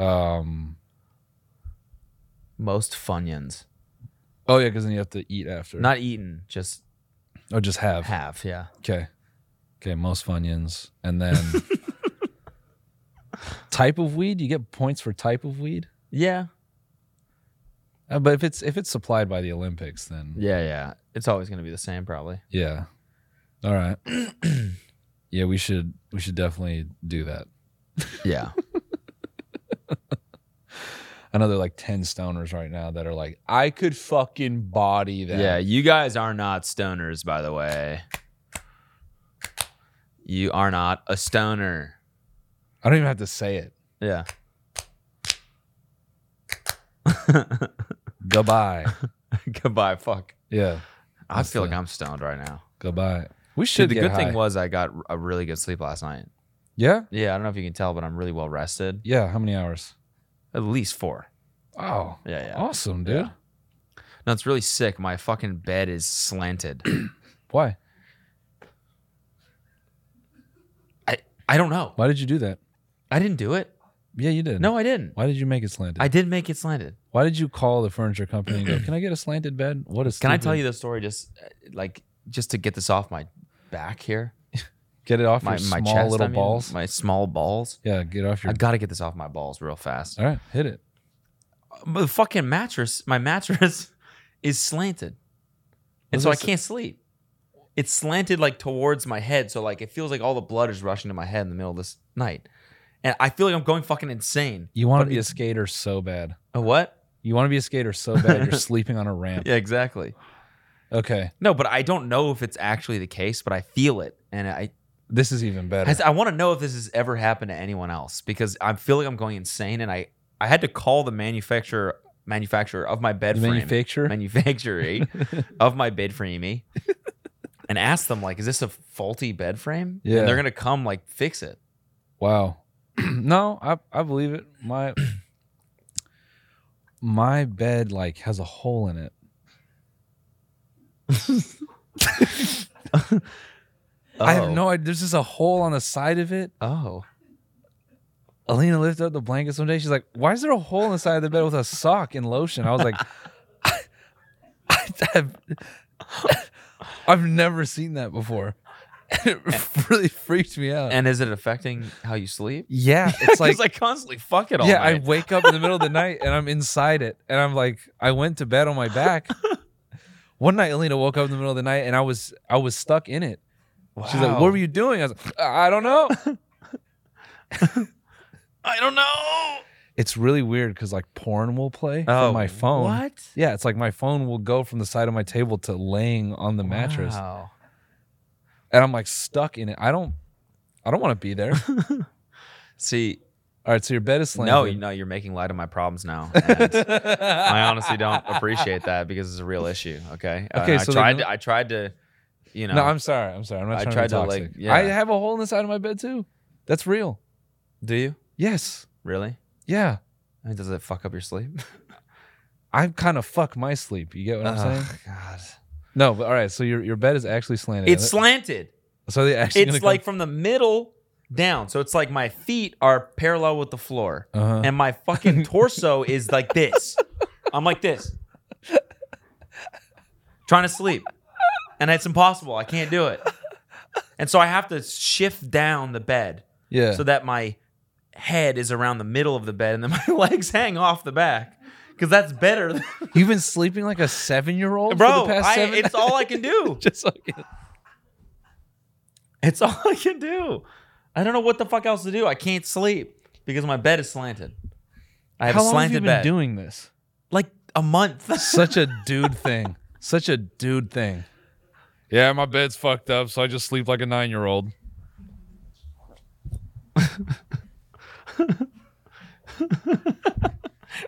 Um,
most funyuns.
Oh yeah, because then you have to eat after.
Not eaten, just
oh, just have
have. Yeah.
Okay, okay, most funyuns, and then type of weed. You get points for type of weed.
Yeah,
Uh, but if it's if it's supplied by the Olympics, then
yeah, yeah. It's always going to be the same, probably.
yeah. All right. yeah, we should we should definitely do that.
Yeah.
I know they're like ten stoners right now that are like, I could fucking body that.
Yeah, you guys are not stoners, by the way. You are not a stoner.
I don't even have to say it.
Yeah.
Goodbye.
Goodbye. Fuck.
Yeah.
I feel like I'm stoned right now.
Goodbye. We
Dude,
should.
the
get
good
high.
thing was I got a really good sleep last night.
Yeah.
Yeah, I don't know if you can tell, but I'm really well rested.
Yeah. How many hours?
At least four.
Oh.
Yeah, yeah.
Awesome, dude.
Yeah. No, it's really sick. My fucking bed is slanted.
Why?
I I don't know.
Why did you do that?
I didn't do it.
Yeah, you did.
No, I didn't.
Why did you make it slanted?
I did make it slanted.
Why did you call the furniture company and go, "Can I get a slanted bed?" What is?
Can I tell you the story just uh, like just to get this off my back here?
Get it off
my,
your
my
small
chest,
little
I mean,
balls.
My small balls.
Yeah, get off your.
I gotta get this off my balls real fast.
All right, hit it.
But the fucking mattress, my mattress is slanted. And
Was
so I
this-
can't sleep. It's slanted like towards my head. So like it feels like all the blood is rushing to my head in the middle of this night. And I feel like I'm going fucking insane.
You want to be a skater so bad.
A what?
You want to be a skater so bad. You're sleeping on a ramp.
Yeah, exactly.
Okay,
No, but I don't know if it's actually the case, but I feel it. And I
this is even better.
I, want to know if this has ever happened to anyone else because I feel like I'm going insane, and I I had to call the manufacturer manufacturer of my bed
The
frame
manufacturer?
manufacturer of my bed framey and ask them like, is this a faulty bed frame?
Yeah.
and they're gonna come like fix it.
Wow. no, I I believe it. My my bed like has a hole in it. I have
Oh.
no idea. There's just a hole on the side of it.
Oh,
Alina lifted up the blanket someday. She's like, "Why is there a hole in the side of the bed with a sock and lotion?" I was like, I, have I've never seen that before." it really freaked me out.
and is it affecting how you sleep?
yeah, it's
'Cause
like oh
I constantly fuck it all.
yeah, I
night.
wake up in the middle of the night and I'm inside it, and I'm like, I went to bed on my back. One night, Alina woke up in the middle of the night, and I was I was stuck in it. She's like,
Wow.
"What were you doing?" I was like, "I I don't know."
I don't know.
it's really weird because like porn will play
Oh,
from my phone.
what?
Yeah, it's like my phone will go from the side of my table to laying on the mattress,
Wow.
and I'm like stuck in it. I don't, I don't want to be there. All
See,
right, so your bed is
no,
slanted.
no, you're making light of my problems now. and I honestly don't appreciate that because it's a real issue. Okay. And
Okay,
I
so then-
tried. To, I tried to. You know.
no, I'm sorry, I'm sorry. I'm not
I
trying
tried
to
to,
be
like,
toxic.
yeah.
I have a hole in the side of my bed too. That's real.
do you
Yes.
really?
Yeah.
I mean, does it fuck up your sleep?
I kind of fuck my sleep. You get what I'm
Ugh,
saying? No, but all right. So your, your bed is actually slanted.
It's slanted.
so they actually.
It's like from the middle down. So it's like my feet are parallel with the floor,
Uh-huh.
and my fucking torso is like this. I'm like this, trying to sleep, and it's impossible. I can't do it. And so I have to shift down the bed.
yeah.
so that my head is around the middle of the bed and then my legs hang off the back because that's better than-
You've been sleeping like a seven year old for
bro
the past
I-
seven.
it's all i can do
just like
it's all i can do i don't know what the fuck else to do i can't sleep because my bed is slanted i have
how
a
long have
slanted
you been
bed
doing this?
like a month
Such a dude thing. Such a dude thing.
Yeah, my bed's fucked up, so I just sleep like a nine year old.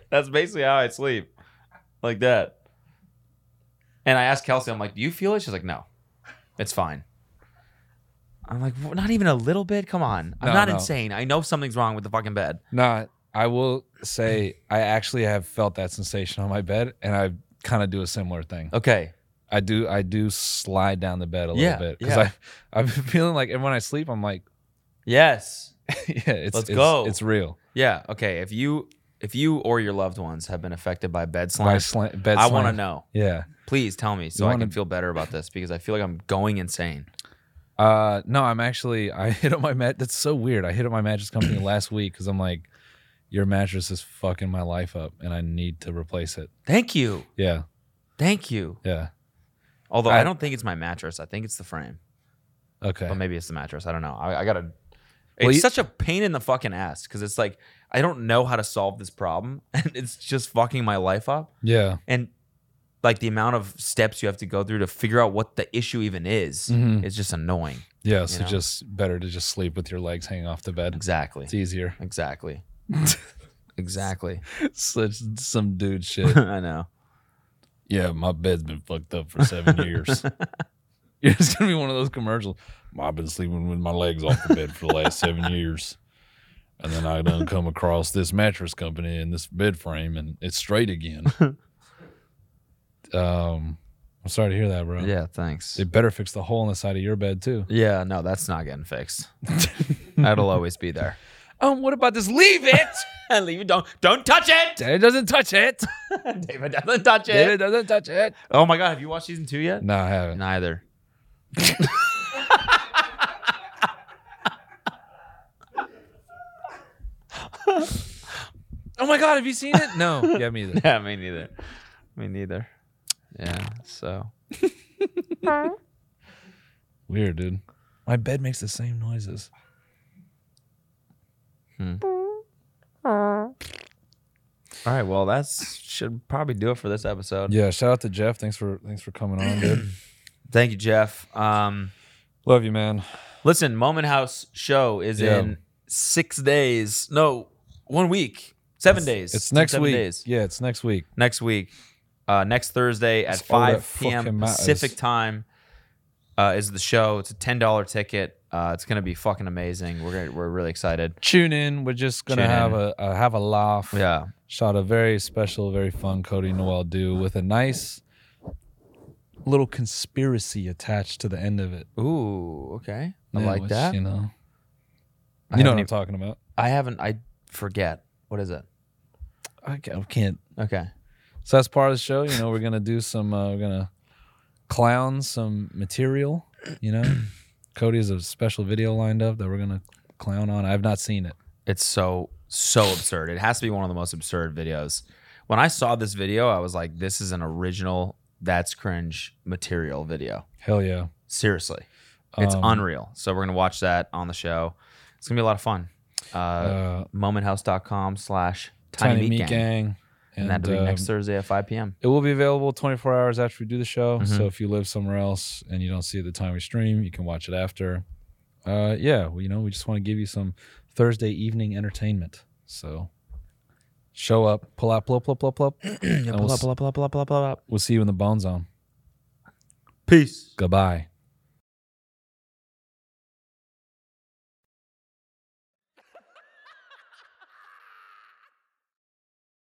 that's basically how i sleep like that and i asked kelsey i'm like do you feel it she's like no it's fine i'm like "Well, not even a little bit come on i'm
No,
not
no.
insane i know something's wrong with the fucking bed
Nah, I will say I actually have felt that sensation on my bed, and I kind of do a similar thing.
Okay.
I do. I do slide down the bed a
Yeah,
little bit because
yeah.
I I've been feeling like, and when I sleep, I'm like,
Yes.
yeah, it's,
Let's
it's-
go.
It's real.
Yeah. Okay. If you if you or your loved ones have been affected by bed slime,
By sli- bed
I want to
slime.
know.
Yeah.
Please tell me so
You
I
wanna-
can feel better about this because I feel like I'm going insane.
Uh, no, I'm actually I hit up my mat. That's so weird. I hit up my mattress company last week because I'm like, your mattress is fucking my life up, and I need to replace it.
Thank you.
Yeah,
Thank you.
yeah.
Although I,
I-
don't think it's my mattress. I think it's the frame.
Okay.
But maybe it's the mattress. I don't know. I, I gotta. It's
Well, you-
such a pain in the fucking ass because it's like I don't know how to solve this problem, and it's just fucking my life up.
Yeah.
And like the amount of steps you have to go through to figure out what the issue even is
Mhm.
is just annoying.
Yeah,
you
so
know?
just better to just sleep with your legs hanging off the bed.
Exactly.
It's easier.
Exactly. exactly.
Such some dude shit.
I know.
Yeah, my bed's been fucked up for seven years. It's gonna be one of those commercials. I've been sleeping with my legs off the bed for the last seven years, and then I done come across this mattress company and this bed frame, and it's straight again. um, I'm sorry to hear that, bro.
Yeah, thanks.
It better fix the hole in the side of your bed too.
Yeah, no, that's not getting fixed. That'll always be there.
Um, what about this? Leave it.
and leave it. Don't don't touch it.
David doesn't touch it.
David doesn't touch it.
David doesn't touch it.
Oh my god, have you watched season two yet?
No, I haven't.
Neither.
Oh my god, have you seen it? No. Yeah, me either.
Yeah, me neither. Me neither. Yeah. So
Weird, dude. My bed makes the same noises.
all right, well that's should probably do it for this episode.
Yeah, shout out to Jeff. Thanks for thanks for coming on, dude.
Thank you, Jeff. Um
Love you, man.
Listen, Moment House show is
Yeah.
in six days. No, one week, seven days.
It's
in
next
seven
week.
Days.
Yeah, it's next week.
Next week, uh, next Thursday at
That's all that
five p.m.
fucking matters.
Pacific time uh, is the show. It's a ten dollar ticket. Uh, it's gonna be fucking amazing. We're gonna, we're really excited.
Tune in. We're just gonna
Tune
have
in.
a, a have a laugh.
Yeah.
Shot a very special, very fun Cody Noel do with a nice little conspiracy attached to the end of it.
Ooh, okay, I
Yeah,
like
which,
that.
You know.
I
you
haven't
know what I'm
even-
talking about.
I haven't. I forget. What is it?
I ca- I can't.
Okay.
So that's part of the show. You know, we're gonna do some. Uh, we're gonna clown some material. You know, Cody has a special video lined up that we're gonna clown on. I've not seen it.
It's so so absurd. It has to be one of the most absurd videos. When I saw this video, I was like, "This is an original that's cringe material video."
Hell yeah.
Seriously, it's
Um,
unreal. So we're gonna watch that on the show. It's gonna be a lot of fun. Uh,
Uh,
Momenthouse.com/slash Tiny Meat Gang, and, that'll be
um,
next Thursday at 5 p.m.
It will be available 24 hours after we do the show.
Mhm.
So if you live somewhere else and you don't see it the time we stream, you can watch it after. Uh, yeah, well, you know, we just want to give you some Thursday evening entertainment. So show up, pull out, pull up, pull up, pull up, pull up. and
Blah,
we'll,
blah, blah, blah, blah, blah, blah, blah.
we'll see you in the Bone Zone.
Peace.
Goodbye.